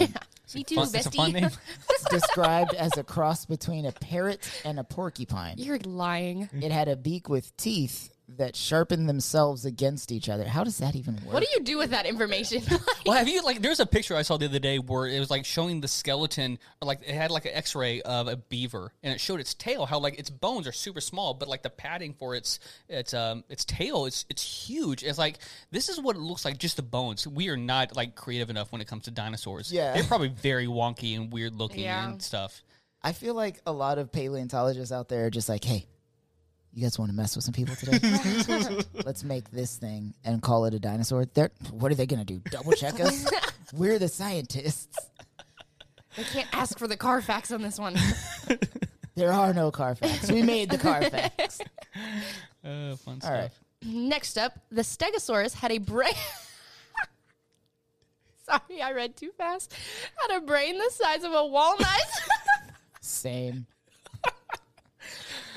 Me too,
Fun- it's a fun
bestie.
name.
it's described as a cross between a parrot and a porcupine.
Hmm.
You're lying.
It had a beak with teeth that sharpen themselves against each other. How does that even work?
What do you do with that information?
Well, have you like? There's a picture I saw the other day where it was like showing the skeleton, or like it had like an X-ray of a beaver, and it showed its tail. How like its bones are super small, but like the padding for its its um its tail, it's it's huge. It's like this is what it looks like, just the bones. We are not like creative enough when it comes to dinosaurs.
Yeah.
they're probably very wonky and weird looking
Yeah.
and stuff.
I feel like a lot of paleontologists out there are just like, hey, you guys want to mess with some people today? Let's make this thing and call it a dinosaur. They're, what are they going to do? Double check us? We're the scientists.
I can't ask for the Carfax on this one.
There are no Carfax. We made the Carfax.
Uh, fun
All
stuff.
right.
Next up, the Stegosaurus had a brain. Sorry, I read too fast. Had a brain the size of a walnut,
Same.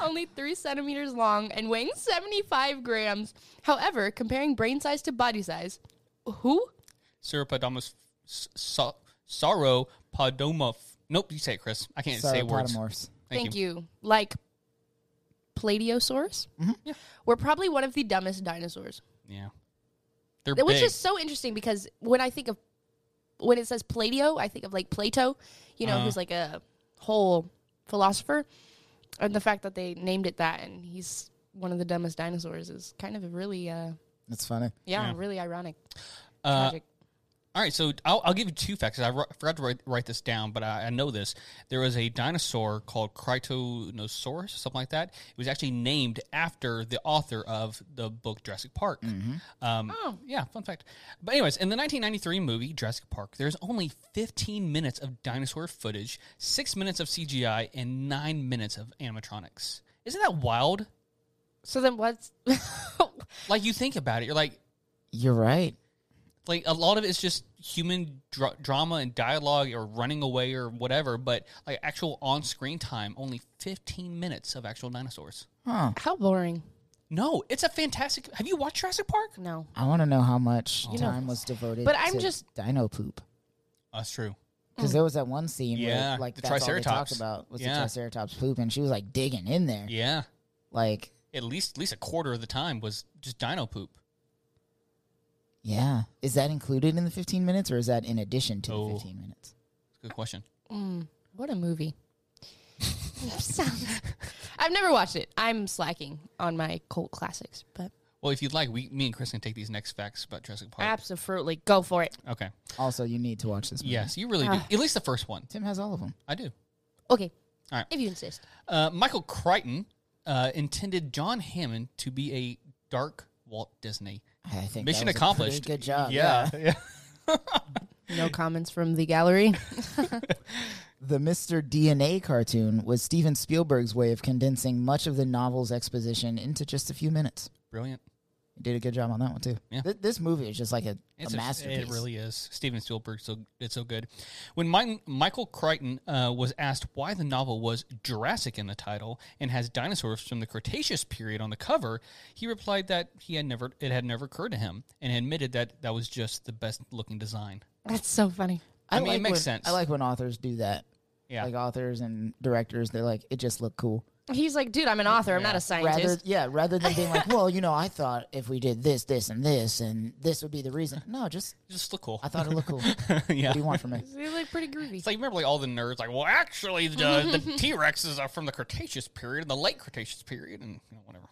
only three centimeters long, and weighing 75 grams. However, comparing brain size to body size, who?
Sauropodomus, s- sa- sauropodomof. Nope, you say it, Chris. I can't say words.
Sauropodomorphs.
Thank, you. Like Platyosaurus? We're probably one of the dumbest dinosaurs.
Yeah, they're
Which
big.
is so interesting because when I think of when it says Plato, I think of like Plato, you know, who's like a whole philosopher, and the fact that they named it that and he's one of the dumbest dinosaurs is kind of really, uh,
That's funny.
yeah, really ironic.
Uh,
Tragic.
All right, so I'll, I'll give you two facts. I wr- forgot to write, write this down, but I, I know this. There was a dinosaur called Critonosaurus, something like that. It was actually named after the author of the book Jurassic Park. Um, oh, yeah, fun fact. But anyways, in the 1993 movie Jurassic Park, there's only 15 minutes of dinosaur footage, six minutes of CGI, and nine minutes of animatronics. Isn't that wild?
So then, what's
Like you think about it, you're like,
You're right.
like a lot of it's just human dra- drama and dialogue or running away or whatever but like actual on-screen time only 15 minutes of actual dinosaurs
Huh.
how boring?
no it's a fantastic have you watched jurassic park
No,
I want to know how much
You know-
time was devoted
But I'm
to
just-
dino poop.
that's true
Because there was that one scene
Mm. Yeah,
where like
the
that's all they
Triceratops.
talked about was
Yeah.
the Triceratops poop, and she was like digging in there.
yeah
Like,
at least at least a quarter of the time was just dino poop
yeah. Is that included in the 15 minutes, or is that in addition to
Oh.
the 15 minutes?
good question
Mm, what a movie! Sounds- I've never watched it. I'm slacking on my cult classics, but
well if you'd like we me and chris can take these next facts about jurassic park
absolutely go for it.
okay
Also, you need to watch this. Movie.
yes you really do at least the first one
Tim has all of them.
i do
Okay,
All right.
if you insist.
Uh, Michael Crichton uh, intended John Hammond to be a dark Walt Disney.
I think that
Mission
was a pretty
accomplished.
good job.
Yeah. yeah.
No comments from the gallery.
The Mr. DNA cartoon was Steven Spielberg's way of condensing much of the novel's exposition into just a few minutes.
Brilliant.
He did a good job on that one too.
Yeah.
Th- this movie is just like a, a
It's a-
masterpiece.
It really is. Steven Spielberg, so it's so good. When Mike, Michael Crichton uh, was asked why the novel was Jurassic in the title and has dinosaurs from the Cretaceous period on the cover, he replied that he had never it had never occurred to him and admitted that that was just the best looking design.
That's so funny.
I mean, it makes
when-
sense.
I like when authors do that.
Yeah.
Like authors and directors, they're like, it just looked cool.
He's like, dude, I'm an author. I'm not a scientist.
Rather, yeah, rather than being like, well, you know, I thought if we did this, this, and this, and this would be the reason. No, just
just look cool.
I thought it looked cool. What
yeah.
do you want from me?
He's like pretty groovy.
It's like remember like all the nerds like, well, actually, the the T Rexes are from the Cretaceous period and the late Cretaceous period and you know, whatever.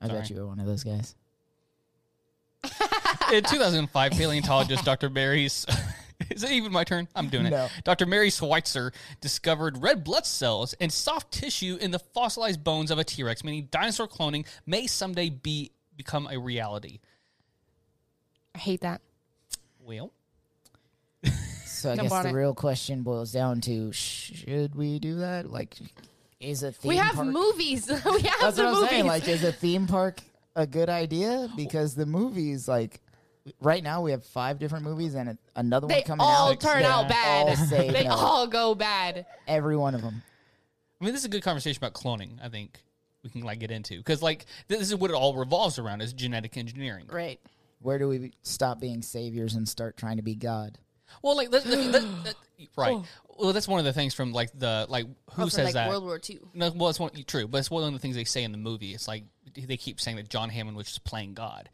I bet
Sorry.
you were one of those guys.
In 2005, paleontologist Dr. Mary's. Is it even my turn? I'm doing it.
No.
Dr. Mary Schweitzer discovered red blood cells and soft tissue in the fossilized bones of a T Rex, meaning dinosaur cloning may someday be become a reality.
I hate that.
Well,
So I
No
guess
bonnet.
the real question boils down to: Should we do that? Like, is a theme
we have
park?
movies. we have
That's
the
what I'm
movies.
saying. Like, is a theme park a good idea? Because the movies, like, right now we have five different movies and a- another
they
one coming
all
out.
turn
They
out bad.
all say
they
no.
all go bad.
Every one of them.
I mean, this is a good conversation about cloning. I think we can like get into because like this is what it all revolves around is genetic engineering.
Right.
Where do we be- stop being saviors and start trying to be God?
Well, like that, that, that, that- right. Well, that's one of the things from like the like who
Oh. From,
says
like
that.
World War II.
no, well, it's one, true, but it's one of the things they say in the movie. It's like they keep saying that John Hammond was just playing God.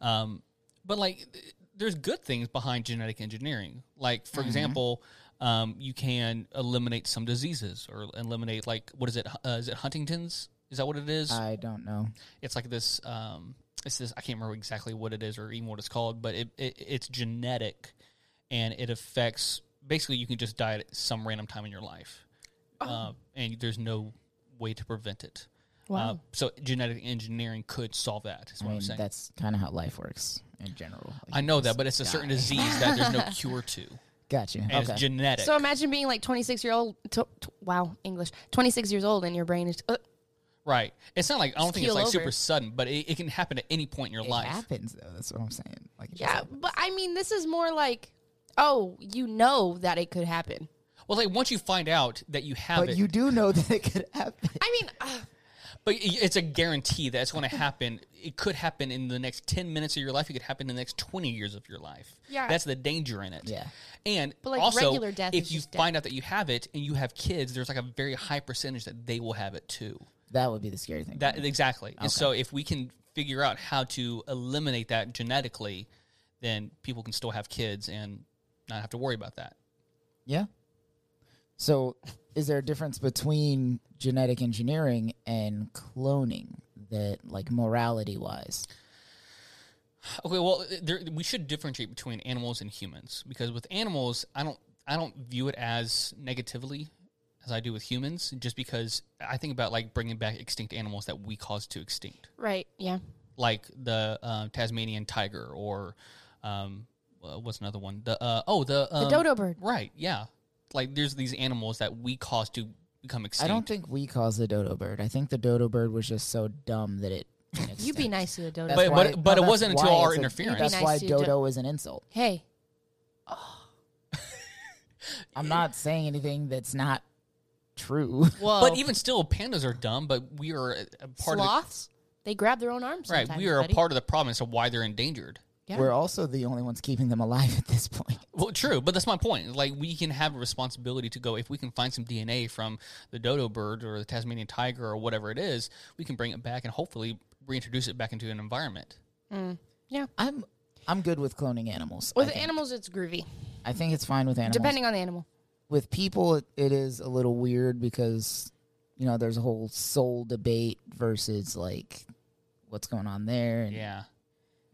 Um, but like, th- there's good things behind genetic engineering. Like, for example, um, you can eliminate some diseases or eliminate like what is it? Hu- Uh, is it Huntington's? Is that what it is?
I don't know.
it's like this um it's this i can't remember exactly what it is or even what it's called but it, it it's genetic and it affects basically you can just die at some random time in your life
Oh.
uh, and there's no way to prevent it wow. uh, so genetic engineering could solve that is
I
what I am
mean,
saying
that's kind of how life works in general.
i know that but it's a certain disease that there's no cure to
Gotcha.
and
okay.
it's genetic
So imagine being like 26 year old. T- t- wow, English. 26 years old, and your brain is. Uh,
right it's not like i don't think it's
keel
like
over.
super sudden but it, it can happen at any point in your
it
life
happens though. That's what I'm saying. Like, it just
yeah, but I mean, this is more like, oh, you know that it could happen.
well like once you find out that you have
But
it
you do know that it could happen.
I mean, uh,
But i- it's a guarantee that it's going to happen. It could happen in the next 10 minutes of your life. It could happen in the next 20 years of your life.
Yeah.
That's the danger in it.
Yeah.
And
But, like,
also,
regular death
if
is
you
just death.
find out that you have it and you have kids, there's like a very high percentage that they will have it too.
That would be the scary thing.
Mm-hmm.
That Exactly. And so if we can figure out how to eliminate that genetically, then people can still have kids and not have to worry about that.
yeah. So, is there a difference between genetic engineering and cloning? That like morality wise,
Okay, well, there, we should differentiate between animals and humans because with animals, I don't, I don't view it as negatively as I do with humans, just because I think about like bringing back extinct animals that we caused to extinct,
right? Yeah.
like the uh, Tasmanian tiger or um, uh, what's another one? The uh, oh, the, um,
dodo bird.
right? Yeah, like there's these animals that we caused to become
I
extinct.
don't think we caused the dodo bird. I think the dodo bird was just so dumb that it.
You be nice to a dodo.
But-
why-
but it
that's
wasn't until
why
our
it's a-
interference.
that's
Be nice
why
to do-
dodo is an insult.
hey,
I'm not saying anything that's not true.
whoa.
But even still, pandas are dumb, but we are a, a part of
Oh. sloths, they grab their own arms.
the, right. We
sometimes,
are a
buddy.
part of the problem, so why they're endangered.
Yeah.
We're also the only ones keeping them alive at this point.
Well, true, but that's my point. Like, we can have a responsibility to go if we can find some DNA from the dodo bird or the Tasmanian tiger or whatever it is, we can bring it back and hopefully reintroduce it back into an environment.
Yeah.
I'm I'm good with cloning animals. I
Mm. With
think.
animals, it's groovy,
I think it's fine with animals.
depending on the animal.
with people, it, it is a little weird because you know there's a whole soul debate versus like what's going on there and
Yeah,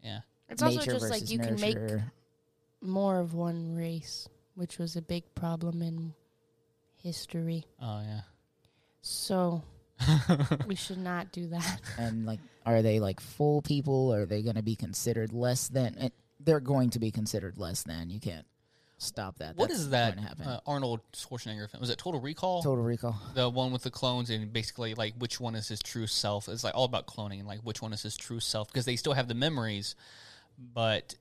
yeah.
It's also
nature
just
versus
like you can
nurture.
make more of one race, which was a big problem in history.
Oh, yeah.
So we should not do that.
and like are they like full people? Are they going to be considered less than? And they're going to be considered less than. You can't stop that.
What
That's
is that?
going to happen.
Uh, oh. Arnold Schwarzenegger film was it Total Recall?
Total Recall.
the one with the clones and basically like which one is his true self It's like all about cloning and like which one is his true self because they still have the memories but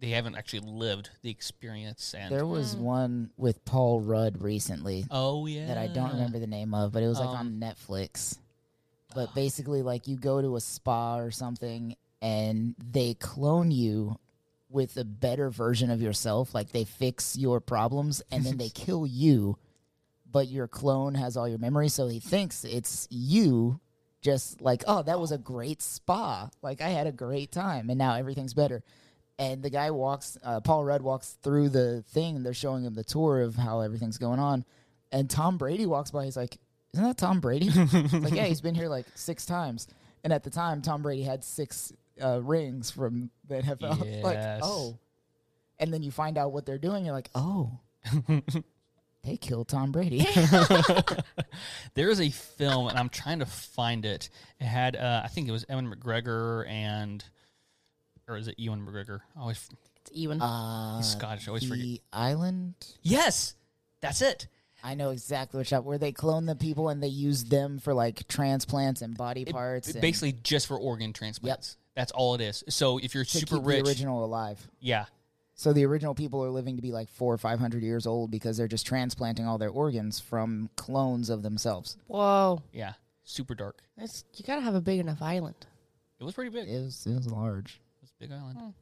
they haven't actually lived the experience and
There was one with Paul Rudd recently
oh yeah Um,
that I don't remember the name of, but it was like on Netflix.
uh.
But basically, like you go to a spa or something, and they clone you with a better version of yourself. Like they fix your problems, and then they kill you. But your clone has all your memories, so he thinks it's you. Just like, oh, that was a great spa. Like I had a great time, and now everything's better. And the guy walks, uh, Paul Rudd walks through the thing. and They're showing him the tour of how everything's going on. And Tom Brady walks by. He's like, Isn't that Tom Brady? It's like, yeah, he's been here like six times. And at the time, Tom Brady had six uh, rings from the NFL. like,
Yes.
oh. And then you find out what they're doing. You're like, Oh, they killed Tom Brady.
There is a film, and I'm trying to find it. It had, uh, I think it was Ewan McGregor and, or is it Ewan McGregor? I always, f-
It's even.
Uh,
Scottish, I always
the
forget.
island.
yes, that's it.
I know exactly which up where they clone the people and they use them for like transplants and body
It-
parts.
it
and
basically just for organ transplants. That's all it is. So if you're
to
super
keep
rich,
the original alive.
yeah,
So the original people are living to be like four or five hundred years old because they're just transplanting all their organs from clones of themselves.
Whoa,
yeah, super dark.
that's you gotta have a big enough island.
It was pretty big.
It was, it was large.
It was a big island.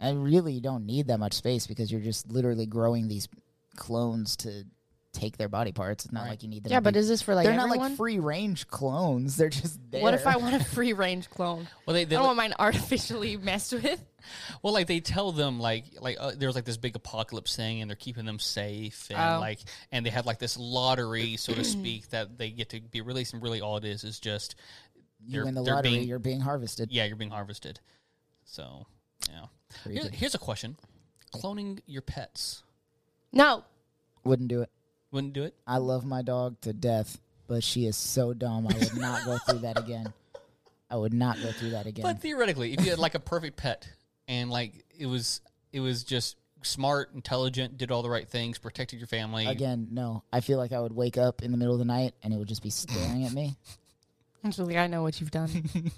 And really, you don't need that much space because you're just literally growing these clones to take their body parts. It's not like you need them.
Yeah,
to
but
be-
is this for like
they're
everyone?
not like free range clones. They're just there.
What if I want a free range clone?
Well, they,
I
they
don't want mine artificially messed with.
well, like they tell them like like uh, there's like this big apocalypse thing, and they're keeping them safe, and
Oh.
like and they have like this lottery, so to speak, that they get to be released, and really all it is is just
you
they're-
win the
they're
lottery?
being-
you're being harvested.
yeah, you're being harvested. So yeah, Here-
Creepy.
here's a question: cloning your pets
No,
Wouldn't do it.
wouldn't do it?
I love my dog to death, but she is so dumb. I would not go through that again. I would not go through that again.
But theoretically, if you had like a perfect pet and like it was it was just smart, intelligent, did all the right things, protected your family.
again, no. I feel like I would wake up in the middle of the night and it would just be staring at me.
Julie, I know what you've done.
and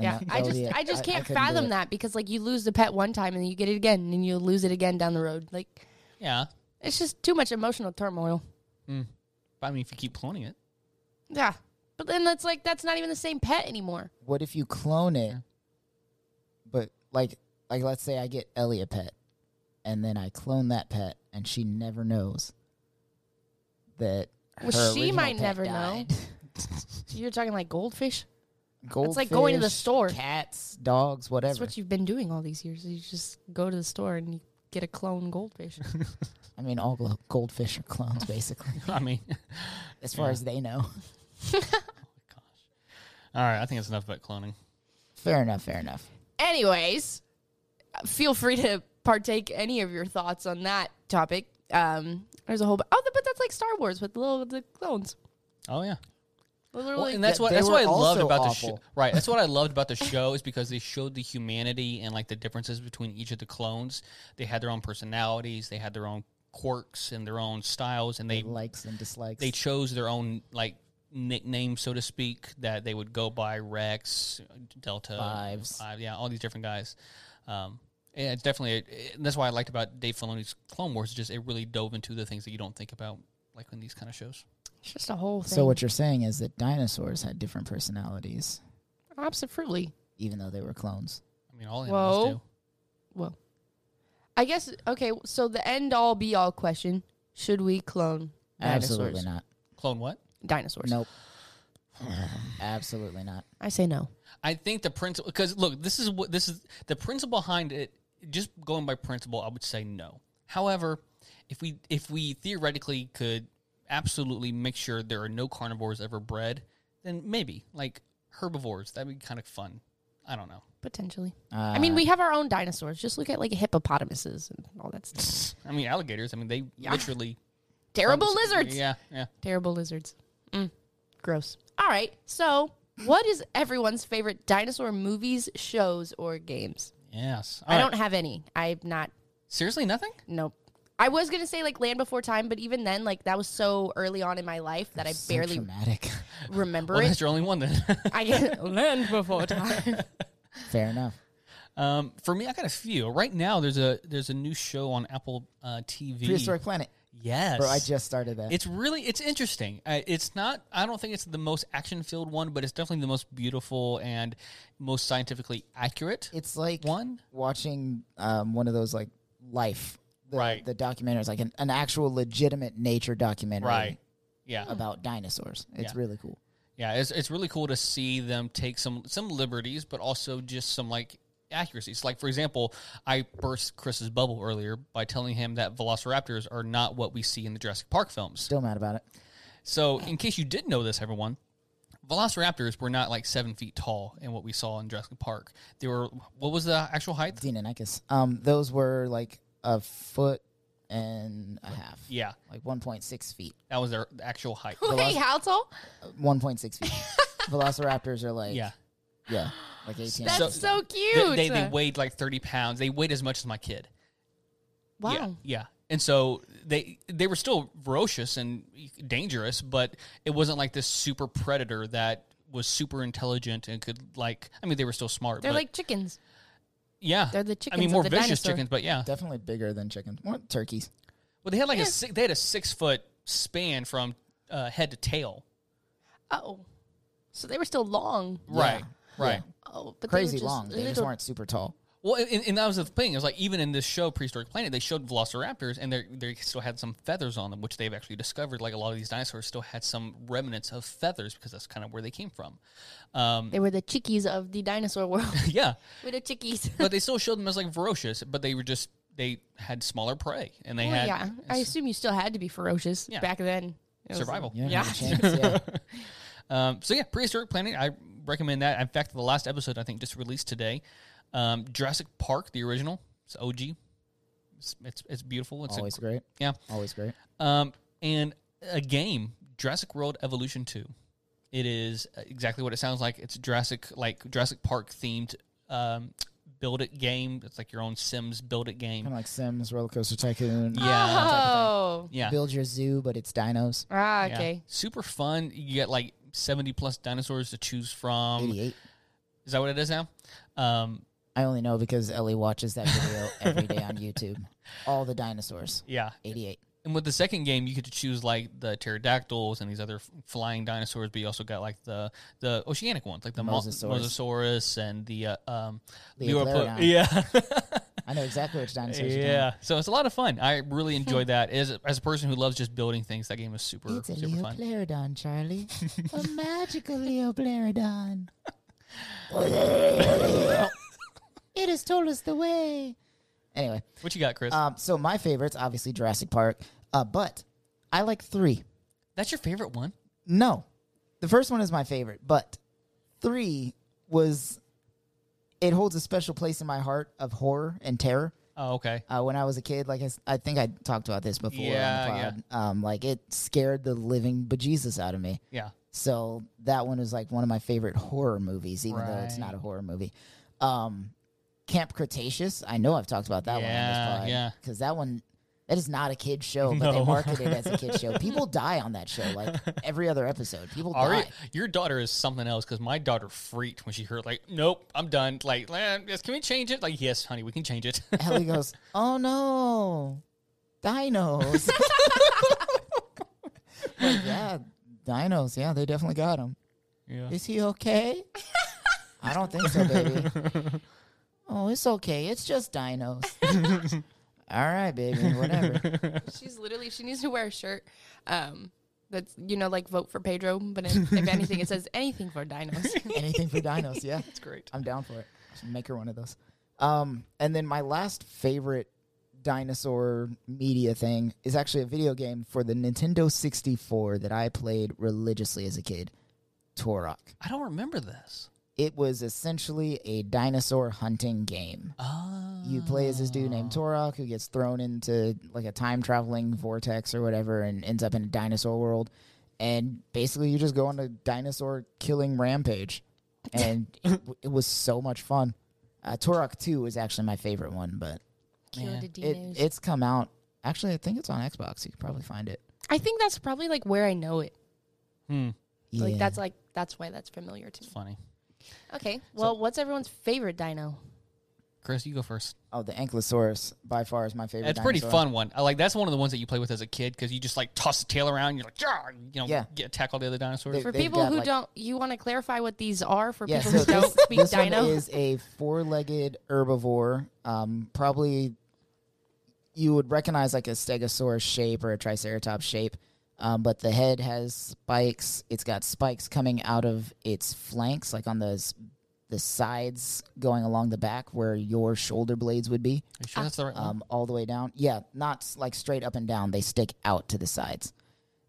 yeah,
that- that
I
would
just
be it.
I just can't
couldn't do
fathom
it.
that because like you lose the pet one time and then you get it again and then you lose it again down the road. Like
Yeah. Mm.
it's just too much emotional turmoil.
But I mean if you keep cloning it.
Yeah. But then that's like that's not even the same pet anymore.
What if you clone it, but like like let's say I get Ellie a pet, and then I clone that pet, and she never knows that.
Well,
her
she
original
might
pet
never
died.
know. You're talking like goldfish.
Goldfish,
like going to the store.
Cats, dogs, whatever.
That's what you've been doing all these years. You just go to the store and you get a clone goldfish.
I mean, all glo- goldfish are clones, basically,
I mean
as far as they know.
All right, I think that's enough about cloning.
Fair enough. Fair enough.
Anyways, feel free to partake any of your thoughts on that topic. Um, there's a whole bu- oh, but that's like Star Wars with little the clones.
Oh yeah.
Literally,
Well, and that's
Yeah,
what
they
that's what I
were
loved
also
about the show.
awful.
Right, that's what I loved about the show is because they showed the humanity and like the differences between each of the clones. They had their own personalities, they had their own quirks and their own styles, and they
Likes and dislikes.
they chose their own like nickname, so to speak, that they would go by Rex, Delta,
Fives.
Five, yeah, all these different guys. Um, and it's definitely it- that's why I liked about Dave Filoni's Clone Wars. is Just it really dove into the things that you don't think about, like in these kind of shows.
it's just a whole thing.
so what you're saying is that dinosaurs had different personalities,
absolutely.
even though they were clones.
I mean, all animals
Whoa.
do.
Well, I guess okay. So the end all be all question: Should we clone dinosaurs?
Absolutely not.
Clone what?
Dinosaurs.
Nope. Absolutely not.
I say no.
I think the principle because look, this is what this is the principle behind it. Just going by principle, I would say no. However, if we if we theoretically could absolutely make sure there are no carnivores ever bred, then maybe like herbivores that'd be kind of fun. I don't know.
Potentially. I mean,
Uh,
we have our own dinosaurs. Just look at like hippopotamuses and all that stuff.
I mean, alligators. I mean, they literally
Terrible lizards.
Yeah, yeah.
Terrible lizards. Mm. Gross. All right. So, what is everyone's favorite dinosaur movies, shows, or games?
Yes.
I
All right.
don't have any. I'm not.
Seriously, nothing.
Nope. I was gonna say like Land Before Time, but even then, like that was so early on in my life that I
so
barely
traumatic.
remember
Well,
it.
that's your only one then.
I get land before time.
Fair enough.
um, for me, I got a few. Right now, there's a there's a new show on Apple uh, TV.
Prehistoric Planet.
Yes,
Bro, I just started that.
It's really it's interesting. Uh, it's not. I don't think it's the most action filled one, but it's definitely the most beautiful and most scientifically accurate.
It's like
One?
watching um, one of those like life the,
Right.
the documentaries, like an, an actual legitimate nature documentary
Yeah.
about dinosaurs. It's
Yeah.
really cool.
Yeah. It's it's really cool to see them take some some liberties, but also just some like accuracies. Like for example, I burst Chris's bubble earlier by telling him that Velociraptors are not what we see in the Jurassic Park films.
Still mad about it.
So, in case you didn't know this, everyone, Velociraptors were not like seven feet tall in what we saw in Jurassic Park. They were, what was the actual height?
Xenonicus. Um, those were like a foot and a half.
Yeah,
Like 1.6 feet.
that was their actual height.
Wait, how tall?
Uh, 1.6 feet. Velociraptors are like,
yeah.
yeah, like 18.
That's so,
So-
cute.
They, they, they weighed like 30 pounds. They weighed as much as my kid.
wow.
Yeah. Yeah. And so they they were still ferocious and dangerous, but it wasn't like this super predator that was super intelligent and could like I mean they were still smart.
They're
but-
like chickens.
yeah.
they're the
I mean
chickens
more
of the
vicious
dinosaur.
chickens, but yeah.
Definitely bigger than chickens. More turkeys.
Well, they had like
Yeah.
a six, they had a six foot span from uh, head to tail.
Oh. So they were still long.
Right. Right.
Oh, but
Crazy
they were just
long. They
little
just weren't super tall.
Well, and, and that was the thing. It was like even in this show, Prehistoric Planet, they showed Velociraptors, and they they still had some feathers on them, which they've actually discovered. Like a lot of these dinosaurs still had some remnants of feathers because that's kind of where they came from. Um,
They were the chickies of the dinosaur world.
yeah,
We're the chickies.
but they still showed them as like ferocious, but they were just they had smaller prey, and they had
yeah, I assume you still had to be ferocious
Yeah.
back then. It was-
survival.
You don't
Yeah.
have a chance, yeah.
Um, so yeah, prehistoric planet. I recommend that. In fact, the last episode I think just released today, um, Jurassic Park, the original. It's OG. It's it's, it's beautiful. It's a
Always
gr-
great.
yeah.
Always great.
Um, and a game, Jurassic World Evolution Two. It is exactly what it sounds like. It's Jurassic like Jurassic Park themed. Um, build it game. It's like your own Sims build it game.
Kind of like Sims, Roller Coaster Tycoon.
Yeah.
Oh.
Yeah.
Build your zoo, but it's dinos.
Ah,
Yeah.
okay.
Super fun. You get like 70 plus dinosaurs to choose from.
88.
Is that what it is now? Um,
I only know because Ellie watches that video every day on YouTube. All the dinosaurs.
yeah.
88.
And with the second game, you get to choose like the pterodactyls and these other f- flying dinosaurs, but you also got like the the oceanic ones, like the mo-
Mosasaurus.
Mosasaurus and the uh, um,
Leopleurion.
Leopleurion. Yeah.
I know exactly which dinosaurs you're
yeah. So it's a lot of fun. I really enjoy that. As, as a person who loves just building things, that game is super,
doing. It's a
super fun.
Leoplerodon, Charlie. a magical Leoplerodon. it has told us the way. Anyway,
What you got, Chris?
um, so my favorites, obviously Jurassic Park, uh, but I like three.
That's your favorite one?
No. The first one is my favorite, but three was it holds a special place in my heart of horror and terror.
Oh, okay.
Uh, when I was a kid, like I, s- I think I talked about this before
Yeah,
on the pod. Um, like it scared the living bejesus out of me.
Yeah.
So that one was like one of my favorite horror movies, even though it's not a horror movie. Um, Camp Cretaceous. I know I've talked about that
Yeah,
one. on this pod,
yeah.
Because that one, that is not a kid show, but they
No.
market it as a kid show. People die on that show, like every other episode. People
All right,
die.
your daughter is something else because my daughter freaked when she heard like, "Nope, I'm done." Like, "Eh, yes, can we change it? Like, yes, honey, we can change it.
Ellie goes, "Oh no, dinos!" Like, yeah, dinos. Yeah, they definitely got him.
yeah,
Is he okay? I don't think so, baby. Oh, it's okay. It's just dinos. All right, baby. Whatever.
She's literally she needs to wear a shirt. Um, that's you know like vote for Pedro, but if, if anything, it says anything for dinos.
Anything for dinos. Yeah,
it's great.
I'm down for it. I should make her one of those. Um, and then my last favorite dinosaur media thing is actually a video game for the Nintendo 64 that I played religiously as a kid. Torok.
I don't remember this.
It was essentially a dinosaur hunting game.
Oh,
you play as this dude named
Ah.
Torok who gets thrown into like a time traveling vortex or whatever and ends up in a dinosaur world. And basically, you just go on a dinosaur killing rampage. And it, it was so much fun. Uh, Torok 2 is actually my favorite one, but
Man.
it, it's come out. Actually, I think it's on Xbox. You could probably find it.
I think that's probably like where I know it.
hmm,
Yeah.
Like that's like that's why that's familiar to me.
it's funny.
Okay, well, what's everyone's favorite dino?
Chris, you go first.
oh, the Ankylosaurus by far is my favorite.
It's pretty
dinosaur.
fun one. I like that's one of the ones that you play with as a kid because you just like toss the tail around. You're like, "Yah!" you know,
Yeah.
get attack all the other dinosaurs.
They-
For
They've
people
got,
who
like-
don't, you want to clarify what these are for
Yeah, so
people who
this,
don't speak
this
dino.
one is a four-legged herbivore. Um, probably you would recognize like a stegosaurus shape or a triceratops shape, um, but the head has spikes. It's got spikes coming out of its flanks, like on the s- the sides going along the back where your shoulder blades would be,
Are you sure that's the
Uh-huh.
right one?
um, all the way down. Yeah, not s- like straight up and down. They stick out to the sides.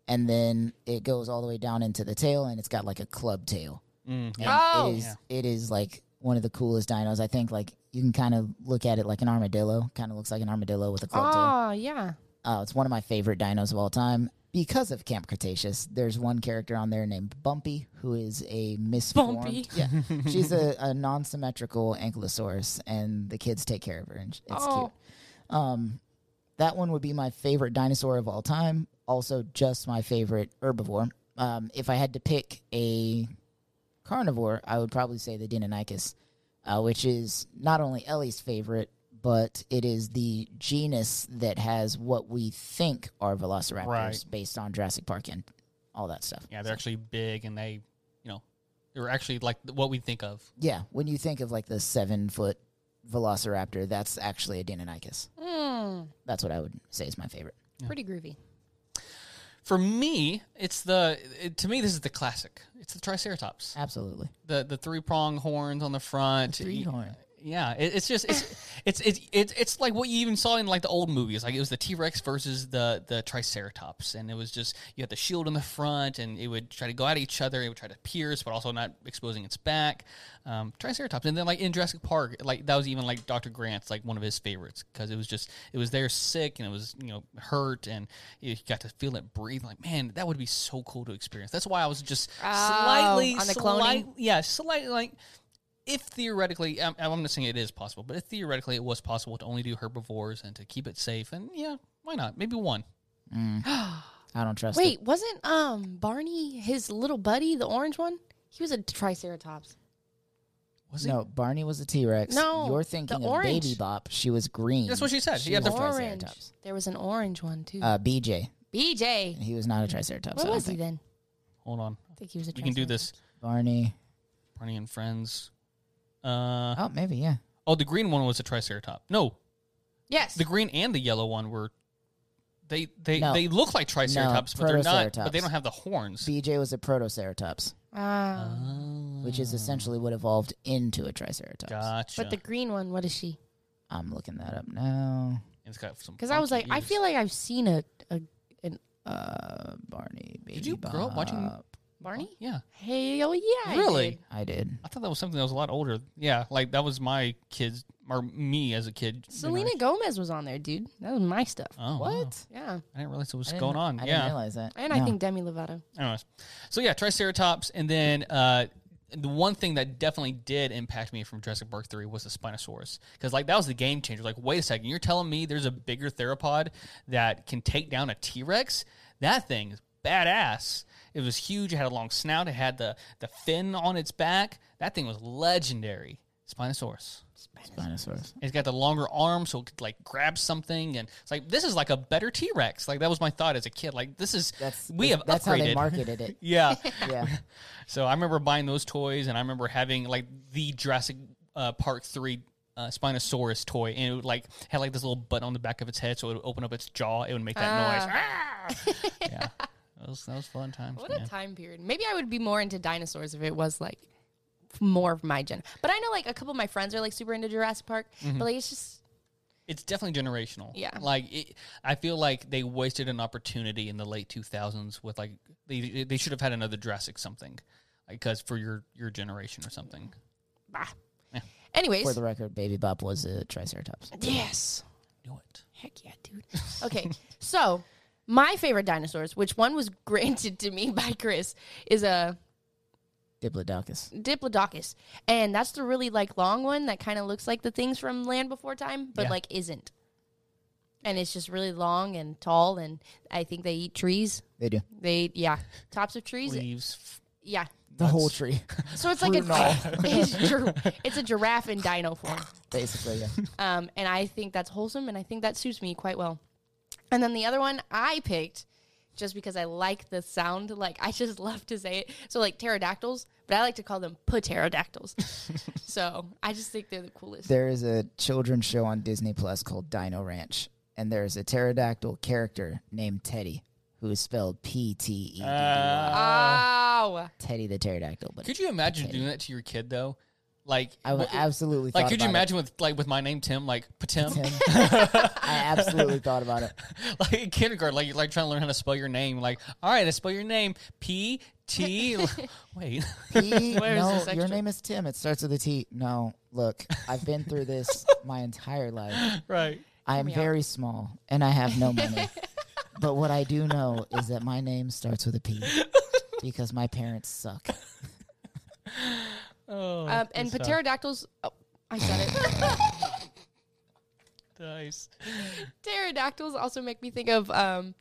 And then it goes all the way down into the tail, and it's got like a club tail.
Mm.
And
Oh.
it is it is like one of the coolest dinos. I think like you can kind of look at it like an armadillo. Kind of looks like an armadillo with a club tail.
Oh yeah,
Uh, it's one of my favorite dinos of all time because of Camp Cretaceous. There's one character on there named Bumpy who is a misformed.
Bumpy.
Yeah, Ah, she's a, a non-symmetrical ankylosaurus, and the kids take care of her, and sh- it's
Oh.
cute. Um, that one would be my favorite dinosaur of all time. Also, just my favorite herbivore. Um, if I had to pick a carnivore, I would probably say the Deinonychus, uh, which is not only Ellie's favorite, but it is the genus that has what we think are velociraptors
Right.
based on Jurassic Park and all that stuff.
yeah, they're actually big and they, you know, they're actually like what we think of.
Yeah, when you think of like the seven foot Velociraptor, that's actually a Deinonychus.
Hmm.
That's what I would say is my favorite.
Pretty groovy.
For me, it's the it, to me this is the classic. It's the Triceratops.
Absolutely.
The the three prong horns on the front.
Ah. Three horn.
Yeah, it, it's just it's, it's it's it's it's like what you even saw in like the old movies. Like it was the T Rex versus the the Triceratops, and it was just you had the shield in the front, and it would try to go at each other. It would try to pierce, but also not exposing its back. Um, Triceratops, and then like in Jurassic Park, like that was even like Dr. Grant's like one of his favorites because it was just it was there sick and it was you know hurt, and you got to feel it breathe. Like man, that would be so cool to experience. That's why I was just slightly
Oh, on the
slight-
cloning?
yeah, slightly like if theoretically, I'm, I'm not saying it is possible, but if theoretically it was possible to only do herbivores and to keep it safe, and yeah, why not? Maybe one.
Mm, I don't trust it.
Wait, wasn't um Barney his little buddy, the orange one? He was a triceratops.
Was
No, Barney was a T Rex.
No,
You're
the
thinking of
orange.
Baby Bop. She was green.
That's what she said. She had
was
the
a
Orange.
Triceratops.
There was an orange one too.
Uh, BJ.
BJ.
He was not a Triceratops. I
What
don't
was he
think.
then?
he? Hold on.
I think he was a
We can do this.
Barney.
Barney and Friends. Uh,
Oh, maybe yeah.
oh, the green one was a triceratops. No,
Yes.
the green and the yellow one were. They they,
No.
they look like triceratops, but they're not. But they
protoceratops.
don't have the horns.
BJ was a Protoceratops,
Ah.
which is essentially what evolved into a Triceratops.
Gotcha.
but the green one, what is she?
I'm looking that up now.
it's got some.
Because I was like,
funky
I
ears.
feel like I've seen a, a an
Uh, Barney. Baby
Did you grow up watching-
Bop.
Barney.
Oh, Yeah,
Hell yeah! I
Really?
did.
I did.
I thought that was something that was a lot older. Yeah, like that was my kids or me as a kid.
Selena Gomez was on there, dude. That was my stuff.
Oh,
What?
wow.
Yeah,
I didn't realize it was
I didn't-
going on.
I didn't
yeah.
realize that.
and
No.
I think Demi Lovato.
Anyways, so yeah, Triceratops, and then uh, the one thing that definitely did impact me from Jurassic Park Three was the Spinosaurus, because like that was the game changer. Like, wait a second, you're telling me there's a bigger theropod that can take down a T Rex? That thing is badass. It was huge. It had a long snout. It had the the fin on its back. That thing was legendary. Spinosaurus.
Dinosaurs.
It's got the longer arm, so it could like grab something, and it's like this is like a better T Rex. Like that was my thought as a kid. Like this is
That's
we have
that's
upgraded.
how they marketed it.
yeah,
Yeah.
so I remember buying those toys, and I remember having like the Jurassic uh, Park three uh, Spinosaurus toy, and it would, like had like this little button on the back of its head, so it would open up its jaw. It would make that
Ah.
noise. Ah! yeah, that was that was fun times.
What
man.
a time period. Maybe I would be more into dinosaurs if it was like more of my gen. But I know like a couple of my friends are like super into Jurassic Park,
Mm-hmm.
but like it's just
it's definitely generational.
Yeah.
like it, I feel like they wasted an opportunity in the late two thousands with like they they should have had another Jurassic something, because for your your generation or something.
bah.
Yeah.
Anyways,
For the record, Baby Bop was a Triceratops.
yes.
Do it.
Heck yeah, dude. Okay. so, my favorite dinosaurs, which one was granted to me by Chris, is a
Diplodocus.
Diplodocus. And that's the really like long one that kind of looks like the things from Land Before Time, but
Yeah.
like isn't. And it's just really long and tall and I think they eat trees.
They do
They eat, yeah, tops of trees.
Leaves. f-
Yeah.
the whole tree,
So it's like a
Fruit and
it's, gir- it's a giraffe in dino form.
basically. Yeah.
Um, and I think that's wholesome and I think that suits me quite well. And then the other one I picked just because I like the sound, like I just love to say it. So like pterodactyls, but I like to call them pterodactyls. so I just think they're the coolest.
There is a children's show on Disney Plus called Dino Ranch, and there is a pterodactyl character named Teddy, who is spelled P T E D D Y.
Wow.
Teddy the pterodactyl. But
Ah. Could you imagine doing that to your kid though? Like
I would
what-
absolutely
Like,
thought
could you
about
imagine with like with my name Tim, like Patim,
Tim. I absolutely thought about it.
like in kindergarten, like you're like trying to learn how to spell your name, like all right, I spell your name P T. Wait,
P,
Where is
no,
this
your
extra?
name is Tim. It starts with a T. No, look, I've been through this my entire life.
right?
I am very small and I have no money. but what I do know is that my name starts with a P because my parents suck.
Oh,
Um, and
good stuff.
pterodactyls, oh, I said it.
Nice.
pterodactyls also make me think of um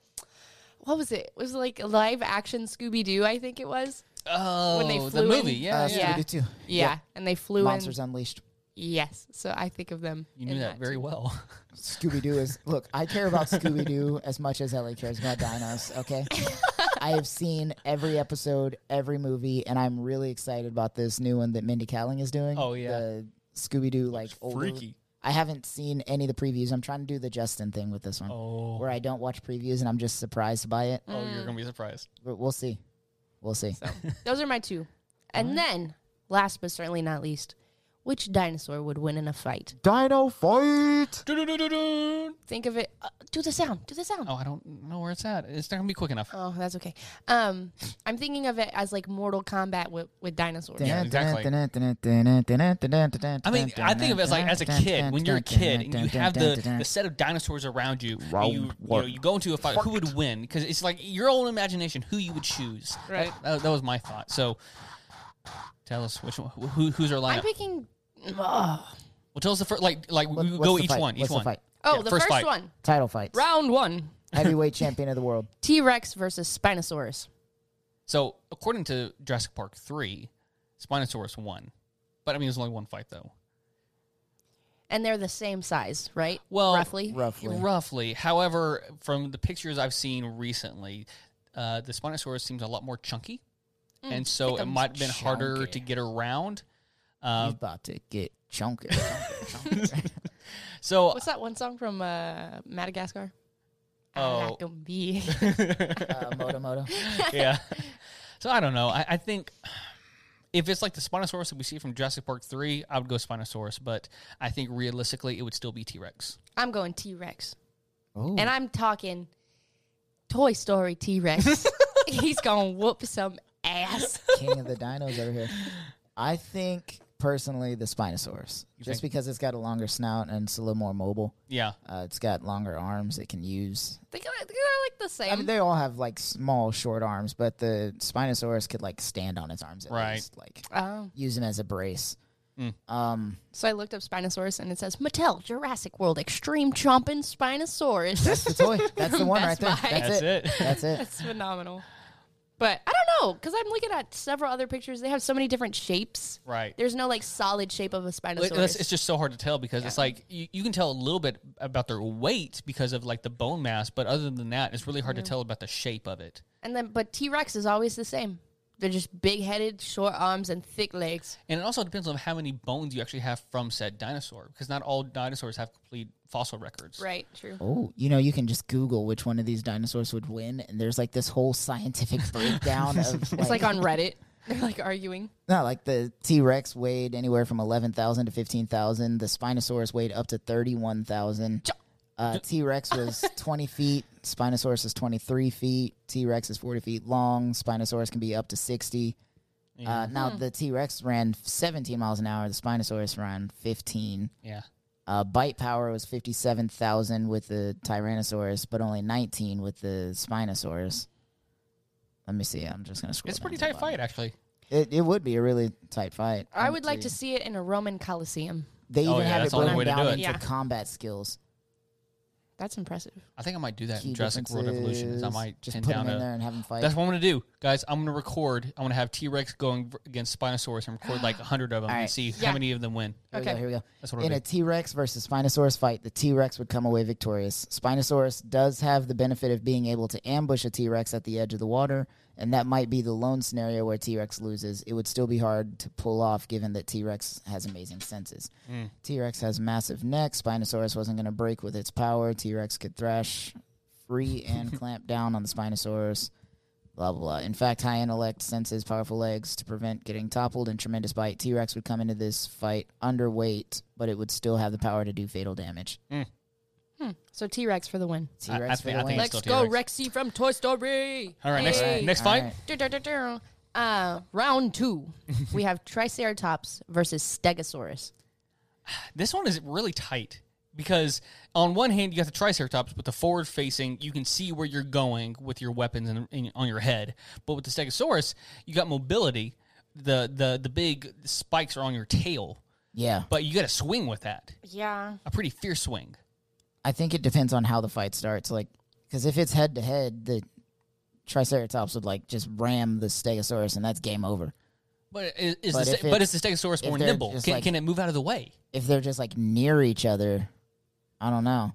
what was it? It was like a live action Scooby Doo, I think it was.
Oh,
they
the
flew
movie,
in,
yeah,
uh,
Oh, yeah.
yeah.
Scooby-Doo too.
Yeah. And they flew
Monsters
in.
Unleashed.
Yes. So I think of them.
You knew
in
that very
too.
well.
Scooby Doo is look. I care about Scooby Doo as much as Ellie cares about dinos. Okay, I have seen every episode, every movie, and I'm really excited about this new one that Mindy Kaling is doing.
Oh, yeah.
the Scooby Doo like older.
freaky.
I haven't seen any of the previews. I'm trying to do the Justin thing with this one,
Oh,
where I don't watch previews and I'm just surprised by it.
oh, you're gonna be surprised.
But we'll see. We'll see.
Those are my two. And then, last but certainly not least, which dinosaur would win in a fight?
Dino fight.
Doo-doo-doo-doo-doo.
Think of it. Uh, do the sound. Do the sound.
Oh, I don't know where it's at. It's not gonna be quick enough.
Oh, that's okay. Um, I'm thinking of it as like Mortal Kombat with, with dinosaurs.
Yeah. exactly.
I
I mean, I think of it as like as a kid. When you're a kid and you have the, the set of dinosaurs around you, and you, you, know, you go into a fight. Who would win? Because it's like your own imagination. Who you would choose?
Right.
That, that was my thought. So, tell us which one. Who, who's our lineup?
I'm picking. Oh,
well, tell us the first. Like, like
What-
we would
what's
go
the
each
fight?
one. Each
What's the
one.
fight?
oh
Yeah,
the
first
first,
fight.
one.
title fights.
Round one.
Heavyweight champion of the world.
T Rex versus Spinosaurus.
So, according to Jurassic Park three, Spinosaurus won. But I mean, there's only one fight though.
And they're the same size, right?
Well,
roughly.
Roughly.
Roughly. However, from the pictures I've seen recently, uh, the Spinosaurus seems a lot more chunky, and so it
becomes
might have been harder to get around. Um,
He's about to get chunky.
So,
What's that one song from uh, Madagascar? I'm
oh,
not gonna be.
uh, moto moto.
yeah. So I don't know. I, I think if it's like the Spinosaurus that we see from Jurassic Park three, I would go Spinosaurus. But I think realistically, it would still be T Rex.
I'm going T Rex,
Ooh.
and I'm talking Toy Story T Rex. He's gonna whoop some ass.
king of the dinos over here. I think personally the Spinosaurus, just because it's got a longer snout and it's a little more mobile.
Yeah.
Uh, it's got longer arms it can use.
They kinda- They're like the same.
I mean, they all have like small, short arms, but the Spinosaurus could like stand on its arms at
Right.
least, like
Oh.
use them as a brace. Um,
So I looked up Spinosaurus and it says Mattel Jurassic World Extreme Chomping Spinosaurus.
the toy. That's the one
That's
right
my-
there. That's,
That's
it.
it.
That's it.
That's phenomenal. But I don't know because I'm looking at several other pictures. They have so many different shapes.
Right.
There's no like solid shape of a
It-
Spinosaurus.
It's, it's just so hard to tell because it's like you, you can tell a little bit about their weight because of like the bone mass, but other than that, it's really hard to tell about the shape of it.
and then, but T Rex is always the same. They're just big headed, short arms, and thick legs.
And it also depends on how many bones you actually have from said dinosaur because not all dinosaurs have complete fossil records.
Right. True.
Oh, you know, you can just Google which one of these dinosaurs would win, and there's like this whole scientific breakdown of
It's like on Reddit. They're like arguing.
No, like the T Rex weighed anywhere from eleven thousand to fifteen thousand. The Spinosaurus weighed up to thirty-one thousand. Uh, T Rex was twenty feet. Spinosaurus is twenty-three feet. T Rex is forty feet long. Spinosaurus can be up to sixty. Uh, now
Hmm.
the T Rex ran seventeen miles an hour. The Spinosaurus ran fifteen.
Yeah.
Uh, bite power was fifty-seven thousand with the Tyrannosaurus, but only nineteen with the Spinosaurus. Let me see. I'm just gonna scroll.
It's a
down
pretty
to the
tight
bottom.
fight, actually.
It, it would be a really tight fight.
I
I'm
would like to
serious.
see it in a Roman Colosseum.
They
Oh,
even
yeah,
have it
that's the only
broken
way to
down
do it.
into
Yeah.
combat skills.
That's impressive.
I think I might do that
Key
in Jurassic World Evolution. Is I
differences.
might
just
pin
put them
down
in
a-
there and have them fight.
That's what I'm going to do, guys. I'm going to record. I'm going to have T Rex going v- against Spinosaurus and record like 100 of them
Alright.
and see
Yeah.
how many of them win.
here we
okay.
go. Here we go.
That's what I'll
in
do.
a T Rex versus Spinosaurus fight, the T Rex would come away victorious. Spinosaurus does have the benefit of being able to ambush a T Rex at the edge of the water, and that might be the lone scenario where T Rex loses. It would still be hard to pull off given that T Rex has amazing senses. T Rex has massive neck. Spinosaurus wasn't going to break with its power. T Rex could thrash free and clamp down on the Spinosaurus. blah blah blah. In fact, high intellect, senses, powerful legs to prevent getting toppled, and tremendous bite. T Rex would come into this fight underweight, but it would still have the power to do fatal damage.
So T Rex for the win.
T
Mm, I- I
Rex for
think-
the
I
win.
think
Let's
still
go,
T-Rex.
Rexy from Toy Story.
All right, next
Yay.
next
All
fight.
right.
Du-du-du-du. Uh, round two, we have Triceratops versus Stegosaurus.
This one is really tight because on one hand you got the Triceratops with the forward facing, you can see where you're going with your weapons and, and on your head. But with the Stegosaurus, you got mobility. The the the big spikes are on your tail,
Yeah,
but you got to swing with that.
Yeah.
A pretty fierce swing.
I think it depends on how the fight starts. Like, because if it's head to head, the Triceratops would like just ram the Stegosaurus, and that's game over.
But is, is
But
the,
if
Ste- but
it's-
is the Stegosaurus
if
more
they're
nimble?
just
Can,
like-
can it move out of the way?
If they're just like near each other, I don't know.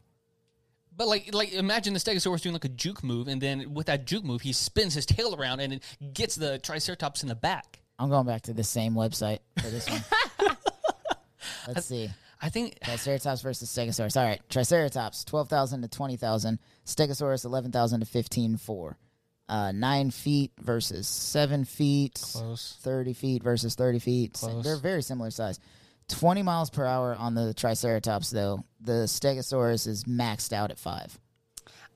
But like like imagine the Stegosaurus doing like a juke move, and then with that juke move, he spins his tail around and it gets the Triceratops in the back.
I'm going back to the same website for this one. Let's see.
I think
Triceratops versus Stegosaurus. All right, Triceratops twelve thousand to twenty thousand. Stegosaurus eleven thousand to fifteen four. Uh, nine feet versus seven feet.
close.
Thirty feet versus thirty feet. S-
Close.
They're very similar size. Twenty miles per hour on the Triceratops, though the Stegosaurus is maxed out at five.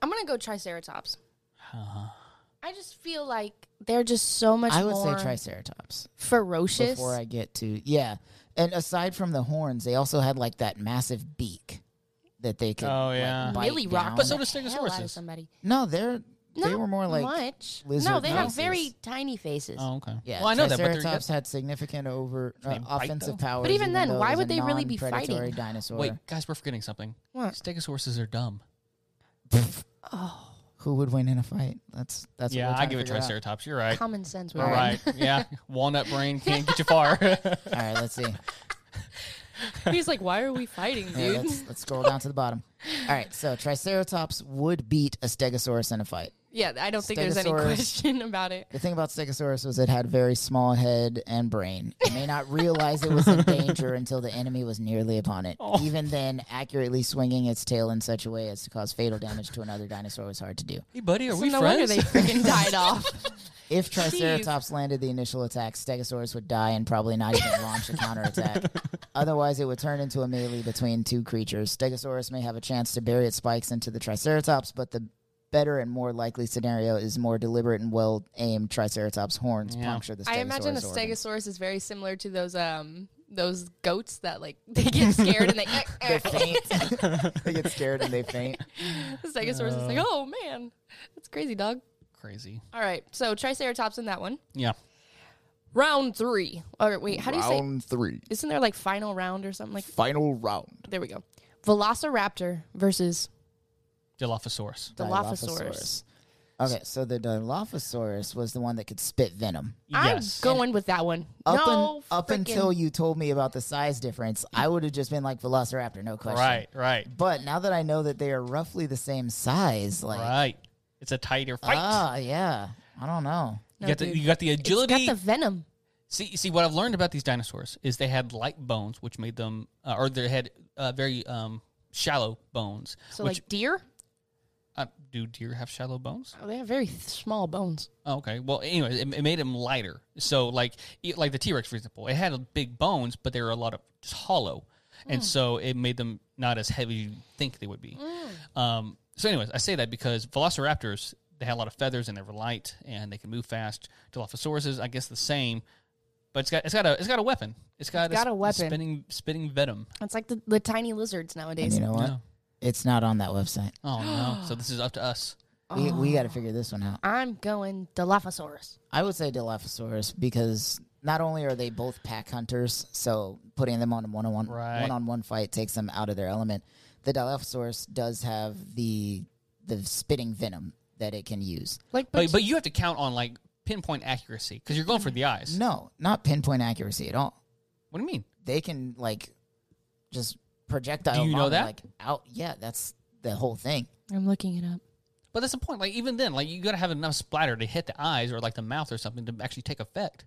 I'm gonna go Triceratops.
Uh-huh.
I just feel like they're just so much
I would
more
say Triceratops.
ferocious.
Before I get to yeah, and aside from the horns, they also had like that massive beak that they could.
Oh,
like,
yeah.
bite
really rock.
down.
But so does
the hell out of
Stegosauruses.
somebody.
no, they're they
Not
were more like
much. No,
lizard
they have
noses.
very tiny faces.
Oh, okay.
Yeah,
well, I know that, but they're
Triceratops had significant over uh,
they bite,
offensive
though?
powers.
But even then,
though it
why
was
would
a
they really be
non-predatory
fighting?
Dinosaur.
Wait, guys, we're forgetting something.
What?
Stegosauruses are dumb.
who would win in a fight? That's that's
yeah,
What
I give it
Triceratops.
Triceratops. You're right.
Common sense.
All
man.
right. yeah, walnut brain can't get you far.
All right, let's see.
He's like, why are we fighting,
Yeah,
dude?
let's, let's scroll down to the bottom. All right, so Triceratops would beat a Stegosaurus in a fight.
yeah, I don't think there's any
Stegosaurus.
question about it.
The thing about Stegosaurus was it had very small head and brain. It may not realize it was in danger until the enemy was nearly upon it. Even then, accurately swinging its tail in such a way as to cause fatal damage to another dinosaur was hard to do.
hey, buddy, are
So
we
no wonder
friends?
they freaking died off.
If Triceratops landed the initial attack, Stegosaurus would die and probably not even launch a counterattack. Otherwise, it would turn into a melee between two creatures. Stegosaurus may have a chance to bury its spikes into the Triceratops, but the better and more likely scenario is more deliberate and well aimed Triceratops horns
Yeah.
puncture the Stegosaurus.
I imagine a
organ.
stegosaurus is very similar to those um those goats that like they get scared and they
they
eh,
faint. they get scared and they faint.
the stegosaurus is like, oh man, that's crazy, dog.
Crazy.
All right, so Triceratops in that one.
Yeah.
Round three. Or wait, how do you say?
round three,
Isn't there like final round or something like?
final round.
There we go. Velociraptor versus
Dilophosaurus.
Dilophosaurus.
Okay, so the Dilophosaurus was the one that could spit venom.
Yes.
I'm going with that one.
Up,
no,
un- up
frickin-
until you told me about the size difference, I would have just been like Velociraptor, no question.
right, right,
But now that I know that they are roughly the same size, like
right. It's a tighter fight.
ah, yeah, I don't know.
you, got the, you got the
it's
agility.
got the venom.
See, see, what I've learned about these dinosaurs is they had light bones, which made them, uh, or they had uh, very um, shallow bones.
So
which
like deer,
uh, do deer have shallow bones?
oh, they have very th- small bones.
Oh, okay. Well, anyway, it, it made them lighter. So like, e- like the T Rex, for example, it had a big bones, but they were a lot of just hollow,
Mm.
and so it made them not as heavy as you think they would be.
Mm.
Um, so, anyways, I say that because Velociraptors they had a lot of feathers and they were light and they can move fast. Dilophosaurus, I guess, the same. But it's got it's got a it's got a weapon. It's got,
got a weapon.
Spinning spinning venom.
It's like the, the tiny lizards
And
nowadays.
you know what?
No.
It's not on that website.
Oh no! so this is up to us.
We
Oh.
we got to figure this one out.
I'm going Dilophosaurus.
I would say Dilophosaurus because not only are they both pack hunters, so putting them on a one on one
Right.
one on one fight takes them out of their element. The Dilophosaurus does have the the spitting venom that it can use.
Like, but,
But but you have to count on like pinpoint accuracy because you're going for the eyes.
No, not pinpoint accuracy at all.
What do you mean?
They can like just projectile
Do you know
vomit,
that?
like out. Yeah, that's the whole thing.
I'm looking it up.
But that's the point. Like even then, like you gotta have enough splatter to hit the eyes or like the mouth or something to actually take effect.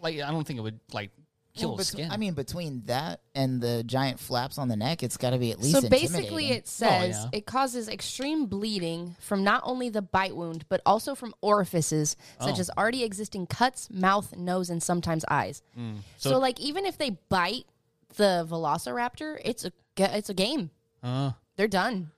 Like I don't think it would like kill
Well,
the
betw-
skin.
I mean, between that and the giant flaps on the neck, it's got to be at least.
so basically,
intimidating.
it says
Oh, yeah.
it causes extreme bleeding from not only the bite wound, but also from orifices such
Oh.
as already existing cuts, mouth, nose, and sometimes eyes. So,
Hmm. So-
like, even if they bite the Velociraptor, it's a ga- it's a game.
Uh,
They're done.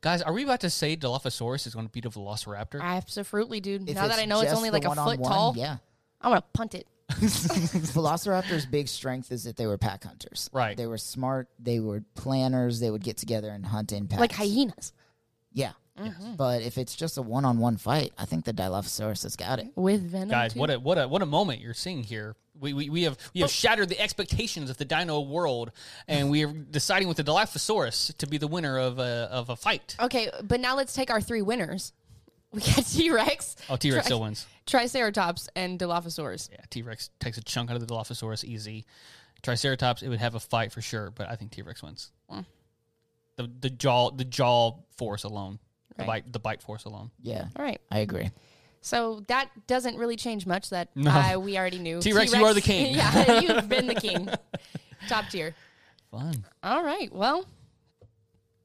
guys, are we about to say Dilophosaurus is going to beat a Velociraptor?
Absolutely, dude.
If
now that
it's
I know it's
just
only
the
like a foot
one-on-one,
tall,
Yeah,
I want to punt it.
Velociraptor's big strength is that they were pack hunters.
Right.
They were smart. They were planners. They would get together and hunt in packs.
Like Mm-hmm. hyenas
Yeah. But if it's just a one-on-one fight, I think the Dilophosaurus has got it.
with venom.
guys,
too.
what a what a what a moment you're seeing here. We, we, we have we have shattered the expectations of the dino world, and we are deciding with the Dilophosaurus to be the winner of a of a fight.
Uh,
Okay, but now let's take our three winners. We got T Rex.
Oh, T Rex still wins.
Triceratops and Dilophosaurus.
Yeah, T Rex takes a chunk out of the Dilophosaurus easy. Triceratops, it would have a fight for sure, but I think T Rex wins. The the jaw the jaw force alone, the
Right.
bite the bite force alone.
Yeah.
All right.
I agree.
So that doesn't really change much that uh, we already knew.
T-Rex, you are the king.
yeah, you've been the king. Top tier.
Fun.
All right. Well,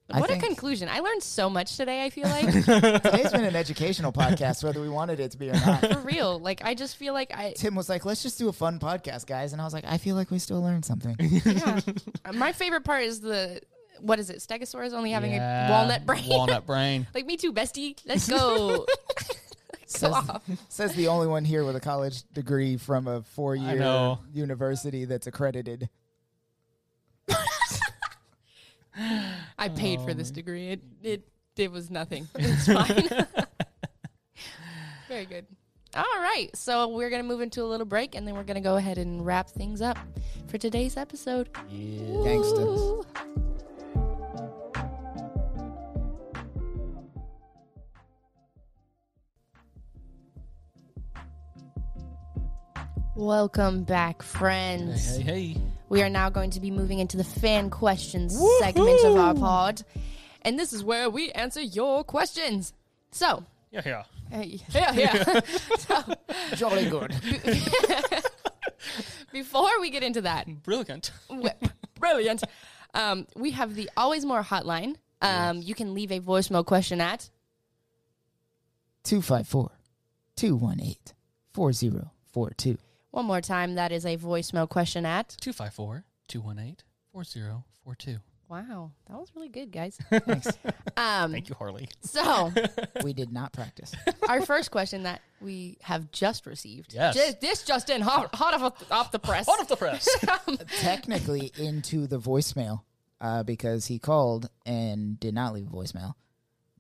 I
what a
think-
conclusion. I learned so much today, I feel like.
Today's been an educational podcast, whether we wanted it to be or not.
For real. Like, I just feel like I,
Tim was like, let's just do a fun podcast, guys. And I was like, I feel like we still learned something.
yeah. My favorite part is the, what is it? Stegosaurus only having
Yeah.
a walnut brain.
Walnut brain.
like, me too, bestie. Let's go. go
says,
off.
says the only one here with a college degree from a four year
know.
university that's accredited.
I paid for this degree. It, it, it was nothing. It's fine. Very good. All right. So we're going to move into a little break and then we're going to go ahead and wrap things up for today's episode.
Gangsters.
Ooh. Welcome back, friends.
Hey, hey.
We are now going to be moving into the fan questions segment of our pod. And this is where we answer your questions. So,
Yeah, yeah.
uh, yeah, yeah.
Jolly good.
Before we get into that,
Brilliant.
Wh- Brilliant. Um, we have the Always More hotline. Um, You can leave a voicemail question at.
254 218 4042.
One more time, that is a voicemail question at.
254 218 4042.
Wow, that was really good, guys.
Thanks.
Um,
Thank you, Harley.
so,
we did not practice.
our first question that we have just received.
Yes.
Ju- this just in, hot, hot off, off the press. Um,
Out of the press.
Technically, into the voicemail uh, because he called and did not leave a voicemail.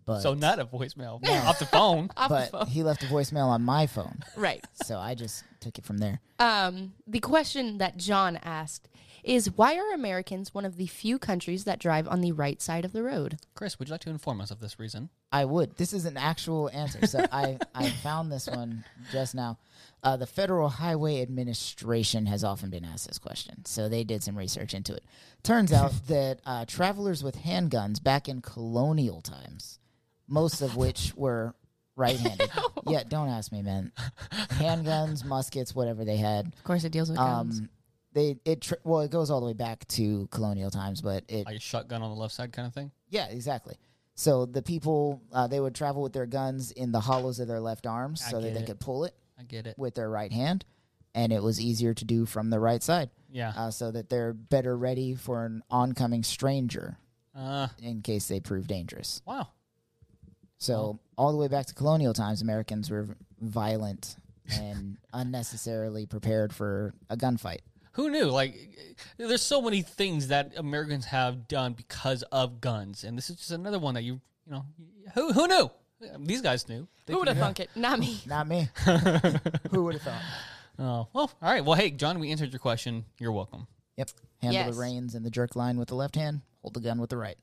But,
so, not a voicemail. Off the phone.
Off the
but
phone.
he left a voicemail on my phone.
Right.
So I just took it from there.
Um, the question that John asked is why are Americans one of the few countries that drive on the right side of the road?
Chris, would you like to inform us of this reason?
I would. This is an actual answer. So I, I found this one just now. Uh, the Federal Highway Administration has often been asked this question. So they did some research into it. Turns out that uh, travelers with handguns back in colonial times, most of which were right handed. yeah, don't ask me, man. Handguns, muskets, whatever they had.
Of course, it deals with guns.
Um, they it tr well it goes all the way back to colonial times, but it
Like a shotgun on the left side kind of thing?
yeah, exactly. So the people uh, they would travel with their guns in the hollows of their left arms
I
so that
get
they
it.
could pull it
I get it.
with their right hand, and it was easier to do from the right side,
Yeah.
uh, so that they're better ready for an oncoming stranger
Uh,
in case they prove dangerous.
wow.
So all the way back to colonial times, Americans were violent and unnecessarily prepared for a gunfight.
Who knew? Like, there's so many things that Americans have done because of guns, and this is just another one that you, you know, who who knew? These guys knew. They-
Who would have thunk it? Not me.
Not me. Who would have thought?
Oh, well, all right. Well, hey, John, we answered your question. You're welcome.
Yep. Handle
Yes.
the reins and the jerk line with the left hand. Hold the gun with the right.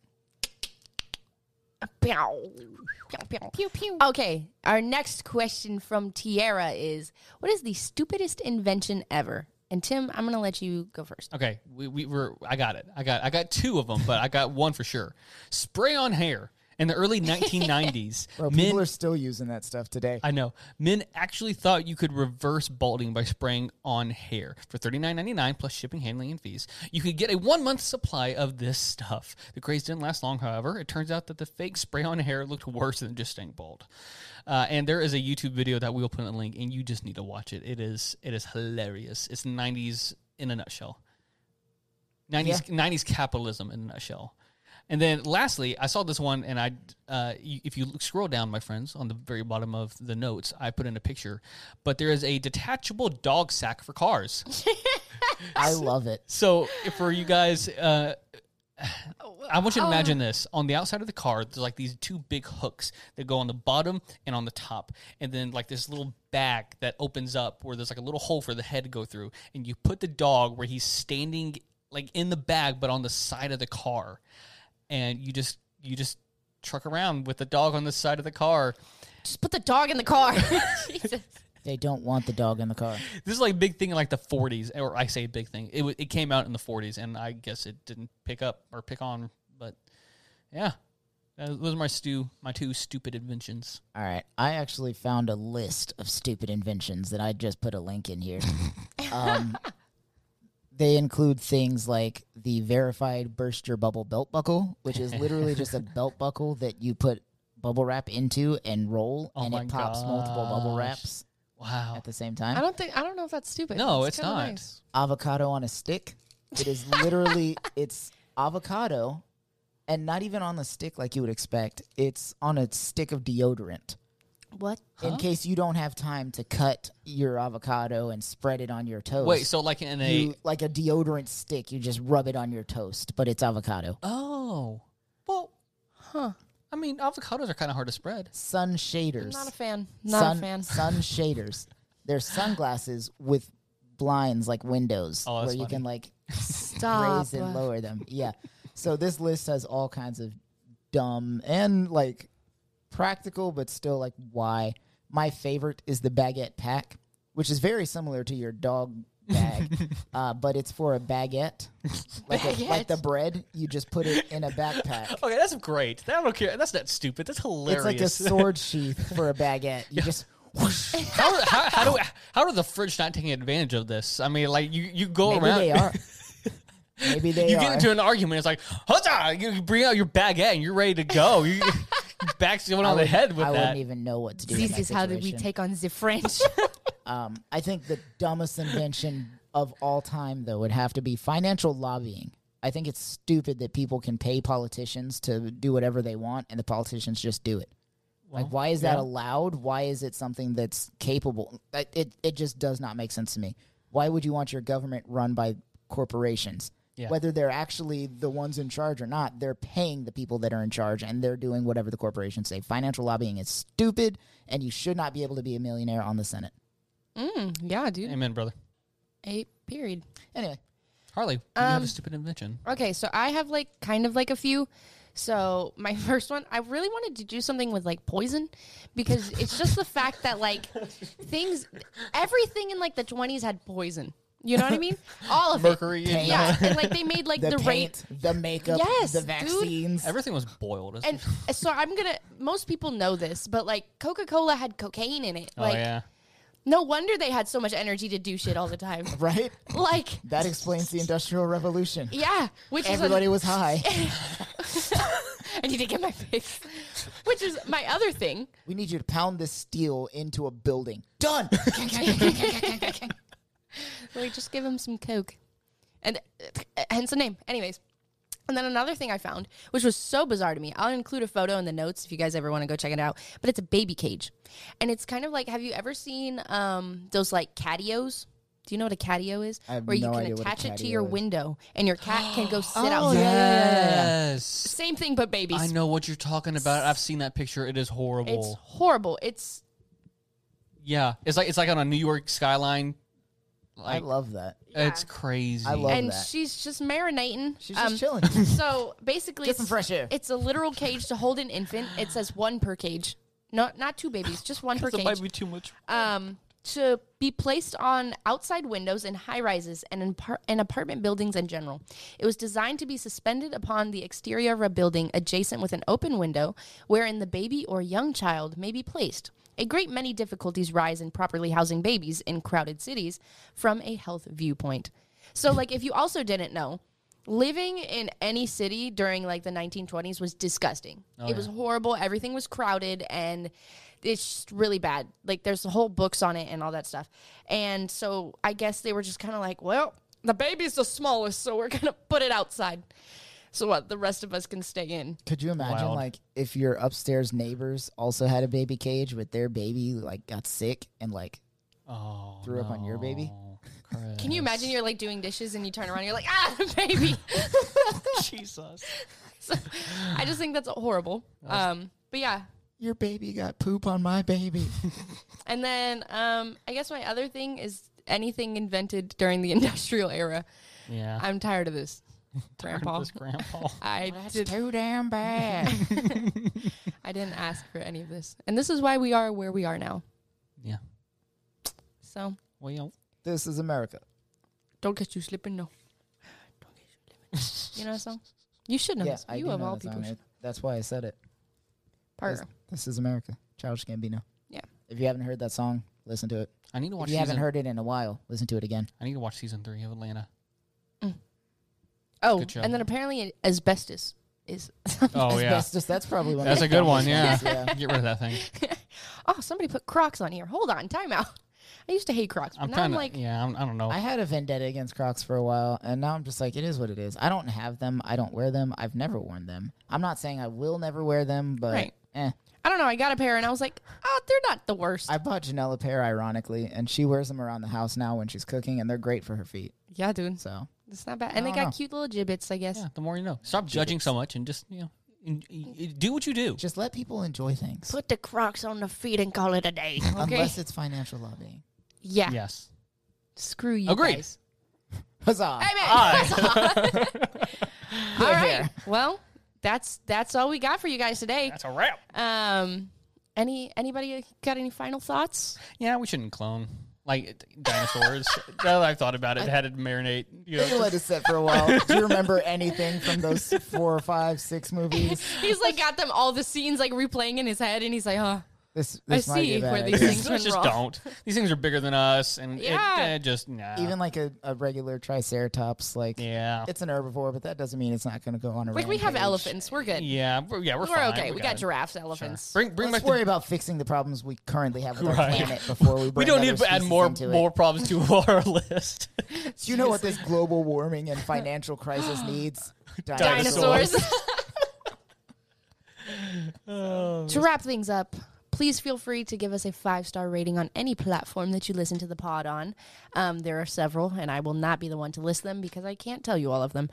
Okay, our next question from Tierra is What is the stupidest invention ever? And Tim, I'm going to let you go first.
Okay, we, we were. I got it. I got I got two of them, but I got one for sure. Spray on hair in the early 1990s.
Bro,
men,
people are still using that stuff today.
I know men actually thought you could reverse balding by spraying on hair for $39.99 plus shipping, handling, and fees. You could get a one month supply of this stuff. The craze didn't last long, however. It turns out that the fake spray on hair looked worse than just staying bald. Uh, and there is a YouTube video that we will put in the link, and you just need to watch it. It is it is hilarious. It's 90s in a nutshell. 90s 90s capitalism in a nutshell. And then lastly, I saw this one, and I, uh, you, if you look- scroll down, my friends, on the very bottom of the notes, I put in a picture, but there is a detachable dog sack for cars.
I love it.
so for you guys, uh, I want you to imagine this. On the outside of the car, there's like these two big hooks that go on the bottom and on the top. And then like this little bag that opens up where there's like a little hole for the head to go through. And you put the dog where he's standing like in the bag but on the side of the car. And you just you just truck around with the dog on the side of the car.
Just put the dog in the car. Jesus.
They don't want the dog in the car.
This is like a big thing in like the 40s or I say big thing. It wa- it came out in the 40s and I guess it didn't pick up or pick on but yeah. Uh, Those are my stew, my two stupid inventions.
All right. I actually found a list of stupid inventions that I just put a link in here. Um, they include things like the verified burst your bubble belt buckle, which is literally just a belt buckle that you put bubble wrap into and roll,
Oh
and
my
it pops multiple bubble
gosh.
wraps
Wow.
at the same
I
time.
don't think I don't know if that's stupid.
No, it's
kinda
not.
nice.
Avocado on a stick. It is literally it's avocado, and not even on the stick like you would expect. It's on a stick of deodorant.
What?
In case you don't have time to cut your avocado and spread it on your toast.
Wait, so like in a
you, like a deodorant stick, you just rub it on your toast, but it's avocado.
oh, well, huh? I mean, avocados are kind of hard to spread.
Sun shaders.
Not a fan. Not
sun,
a fan.
Sun shaders. They're sunglasses with blinds like windows
Oh,
where
that's
you
funny.
can like
Stop.
raise and lower them. Yeah. So this list has all kinds of dumb and like practical, but still like why. My favorite is the baguette pack, which is very similar to your dog bag, uh, but it's for a baguette, like a- like the bread. You just put it in a backpack.
Okay, that's great. I don't care. That's not stupid. That's
It's
hilarious.
like a sword sheath for a baguette. You just whoosh.
how, how, how do how do the French not taking advantage of this? I mean, like you, you go
Maybe
around.
they are. Maybe they
you
are.
get into an argument. It's like, huzzah! You you bring out your baguette and you're ready to go. You, you back someone on the head with
I
that.
wouldn't even know what to do. in
This
that
is how did we
situation.
take on the French?
Um, I think the dumbest invention of all time, though, would have to be financial lobbying. I think it's stupid that people can pay politicians to do whatever they want, and the politicians just do it. like, why is that allowed? Why is it something that's capable? Like, It it just does not make sense to me. Why would you want your government run by corporations?
Yeah.
Whether they're actually the ones in charge or not, they're paying the people that are in charge, and they're doing whatever the corporations say. Financial lobbying is stupid, and you should not be able to be a millionaire on the Senate.
Yeah, dude.
Amen, brother.
Eight period.
Anyway,
Harley, you
Um,
have a stupid invention.
Okay, so I have like kind of like a few. So my first one, I really wanted to do something with like poison because it's just the fact that like things, everything in like the twenties had poison. You know what I mean? All of
Mercury.
it.
and-
Yeah, and like they made like
the,
the, rate.
paint, the makeup,
Yes,
the
dude.
vaccines.
Everything was boiled.
And so I'm gonna. Most people know this, but like Coca Cola had cocaine in it.
oh
like
yeah.
no wonder they had so much energy to do shit all the time.
right?
like
That explains the Industrial Revolution.
yeah, which is a-
Everybody was high.
I need to get my fix. Which is my other thing.
We need you to pound this steel into a building. Done.
We just give him some coke, and uh, hence the name. Anyways, and then another thing I found, which was so bizarre to me. I'll include a photo in the notes if you guys ever want to go check it out. But it's a baby cage, and it's kind of like have you ever seen um, those like catios? Do you know what a catio is?
I have
Where you
no
can
idea what a
attach it to
catio
your
is.
window, and your cat can go sit out.
uh,
Yes.
Same thing, but babies.
I know what you're talking about. I've seen that picture. It is horrible.
It's horrible. It's
yeah. It's like it's like on a New York skyline.
I
Like
love that.
it's crazy.
I love
and
that.
she's just marinating.
She's just
Um,
chilling.
So basically,
Get some
it's-
fresh air.
It's a literal cage to hold an infant. It says one per cage, not not two babies, just one per
That
cage.
might be too much.
um, to be placed on outside windows in high rises and in, par- and apartment buildings in general. It was designed to be suspended upon the exterior of a building adjacent with an open window, wherein the baby or young child may be placed. A great many difficulties rise in properly housing babies in crowded cities from a health viewpoint. So, like, if you also didn't know, living in any city during like the 1920s was disgusting. it was horrible. Everything was crowded and it's just really bad. Like there's whole books on it and all that stuff. And so I guess they were just kind of like, well, the baby's the smallest, so we're going to put it outside. So what? The rest of us can stay in.
Could you imagine,
Wild.
like, if your upstairs neighbors also had a baby cage, but their baby like got sick and like
oh,
threw up on your baby?
Can you imagine you're like doing dishes and you turn around and you're like, ah, the baby.
Jesus.
so, I just think that's horrible. Um, but yeah,
Your baby got poop on my baby.
And then um, I guess my other thing is anything invented during the industrial era.
Yeah.
I'm tired of this, Grandpa.
This grandpa.
I
That's
did.
too damn bad.
I didn't ask for any of this, and this is why we are where we are now.
yeah.
So
Well,
this is America.
don't get you slipping, no. Don't get you slipping. you know that song? You should know.
yeah,
this.
I
you
do
of
know
all
that song.
people, should.
It- That's why I said it.
Parker.
This is America. Childish Gambino.
Yeah.
If you haven't heard that song, listen to it.
I need to watch.
if you
season,
haven't heard it in a while, listen to it again.
I need to watch season three of Atlanta.
Oh,
Good job.
and then apparently asbestos is.
Oh yeah,
Asbestos, that's probably one. of
that's
the
a good one. Yeah,
dumbest ones,
get rid of that thing.
oh, somebody put Crocs on here. Hold on, time out. I used to hate Crocs, but
I'm
now
trying
I'm
to.
like,
yeah, I'm, I don't know.
I had a vendetta against Crocs for a while, and now I'm just like, it is what it is. I don't have them. I don't wear them. I've never worn them. I'm not saying I will never wear them, but
Right.
eh.
I don't know. I got a pair, and I was like, oh, they're not the worst.
I bought Janelle a pair, ironically, and she wears them around the house now when she's cooking, and they're great for her feet.
yeah, dude,
So
it's not bad. And they
I
got
don't know.
cute little gibbets, I guess.
yeah, the more you know. Stop judging so much and just you know, en- y- y- do what you do.
just let people enjoy things,
Put the Crocs on the feet and call it a day. Okay.
unless it's financial lobbying.
yeah.
Yes.
Screw you
Agreed.
guys.
Huzzah!
Amen. all right. Well, that's that's all we got for you guys today.
That's a wrap.
Um, any anybody got any final thoughts?
Yeah, we shouldn't clone like d- dinosaurs. now that I've thought about it, had it marinate. You know,
You let it sit for a while. Do you remember anything from those four, five, six movies?
He's like got them all the scenes like replaying in his head, and he's like, oh,
This, this might be
see
a bad
where these
idea.
things- went
just
wrong.
don't. These things are bigger than us, and
Yeah.
it, uh, just nah.
Even like a, a regular Triceratops, like
yeah,
it's an herbivore, but that doesn't mean it's not going to go on a.
like we have
rampage.
elephants, we're good.
yeah, we're, yeah. We're,
We're
fine.
okay. We, got,
it.
giraffes,
Sure.
elephants.
Bring bring
Let's
back the
worry about fixing the problems we currently have with our
Right.
planet before we. Bring
we don't need
other
to add
species
more
into it.
more problems to our list.
Do you know what this global warming and financial crisis needs?
Dinosaurs.
Oh.
to wrap things up, please feel free to give us a five star rating on any platform that you listen to the pod on. Um, there are several, and I will not be the one to list them because I can't tell you all of them.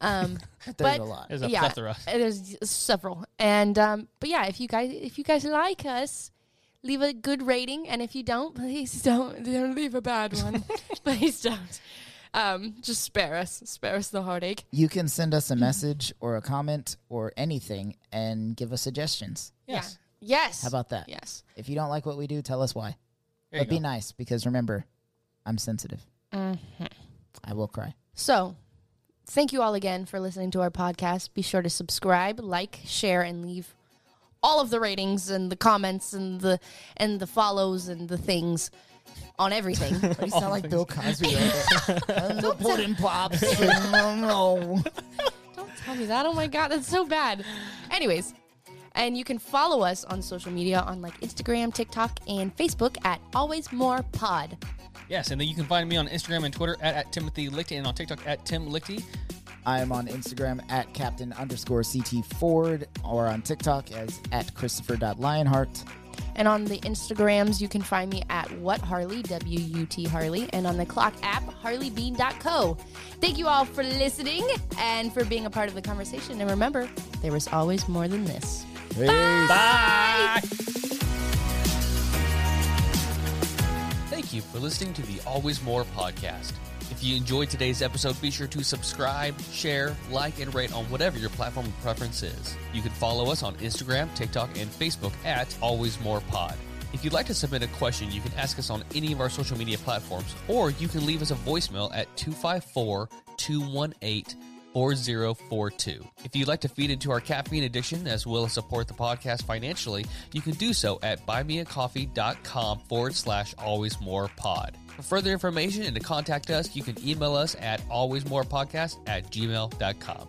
Um,
There's
but
a lot.
There's a plethora.
uh, There's several, and um, but yeah, if you guys if you guys like us, leave a good rating, and if you don't, please don't don't leave a bad one. please don't. Um, just spare us, spare us the heartache.
You can send us a message or a comment or anything and give us suggestions.
Yes.
Yeah. Yes.
How about that?
yes?
If you don't like what we do, tell us why.
There you
but be
go.
nice because remember, I'm sensitive. Mm-hmm. I will cry.
So, thank you all again for listening to our podcast. Be sure to subscribe, like, share, and leave all of the ratings and the comments and the and the follows and the things on everything.
You sound like Bill Cosby right there. and the pudding pops. no, no.
Don't tell me that. Oh my god, that's so bad. Anyways, and you can follow us on social media on like Instagram, TikTok, and Facebook at Always More Pod.
Yes, and then you can find me on Instagram and Twitter at, at Timothy Lichty and on TikTok at Tim Lichty.
I am on Instagram at captain underscore CT Ford or on TikTok as at Christopher.lionheart.
And on the Instagrams, you can find me at What Harley, W U T Harley, and on the clock app, harleybean.co. Thank you all for listening and for being a part of the conversation. And remember, there is always more than this.
Bye. Thank you for listening to the Always More podcast. If you enjoyed today's episode, be sure to subscribe, share, like, and rate on whatever your platform of preference is. You can follow us on Instagram, TikTok, and Facebook at Always More Pod. If you'd like to submit a question, you can ask us on any of our social media platforms, or you can leave us a voicemail at 254 218 4042. If you'd like to feed into our caffeine addiction as well as support the podcast financially, you can do so at buymeacoffee.com forward slash always more pod. For further information and to contact us, you can email us at alwaysmorepodcast at gmail.com.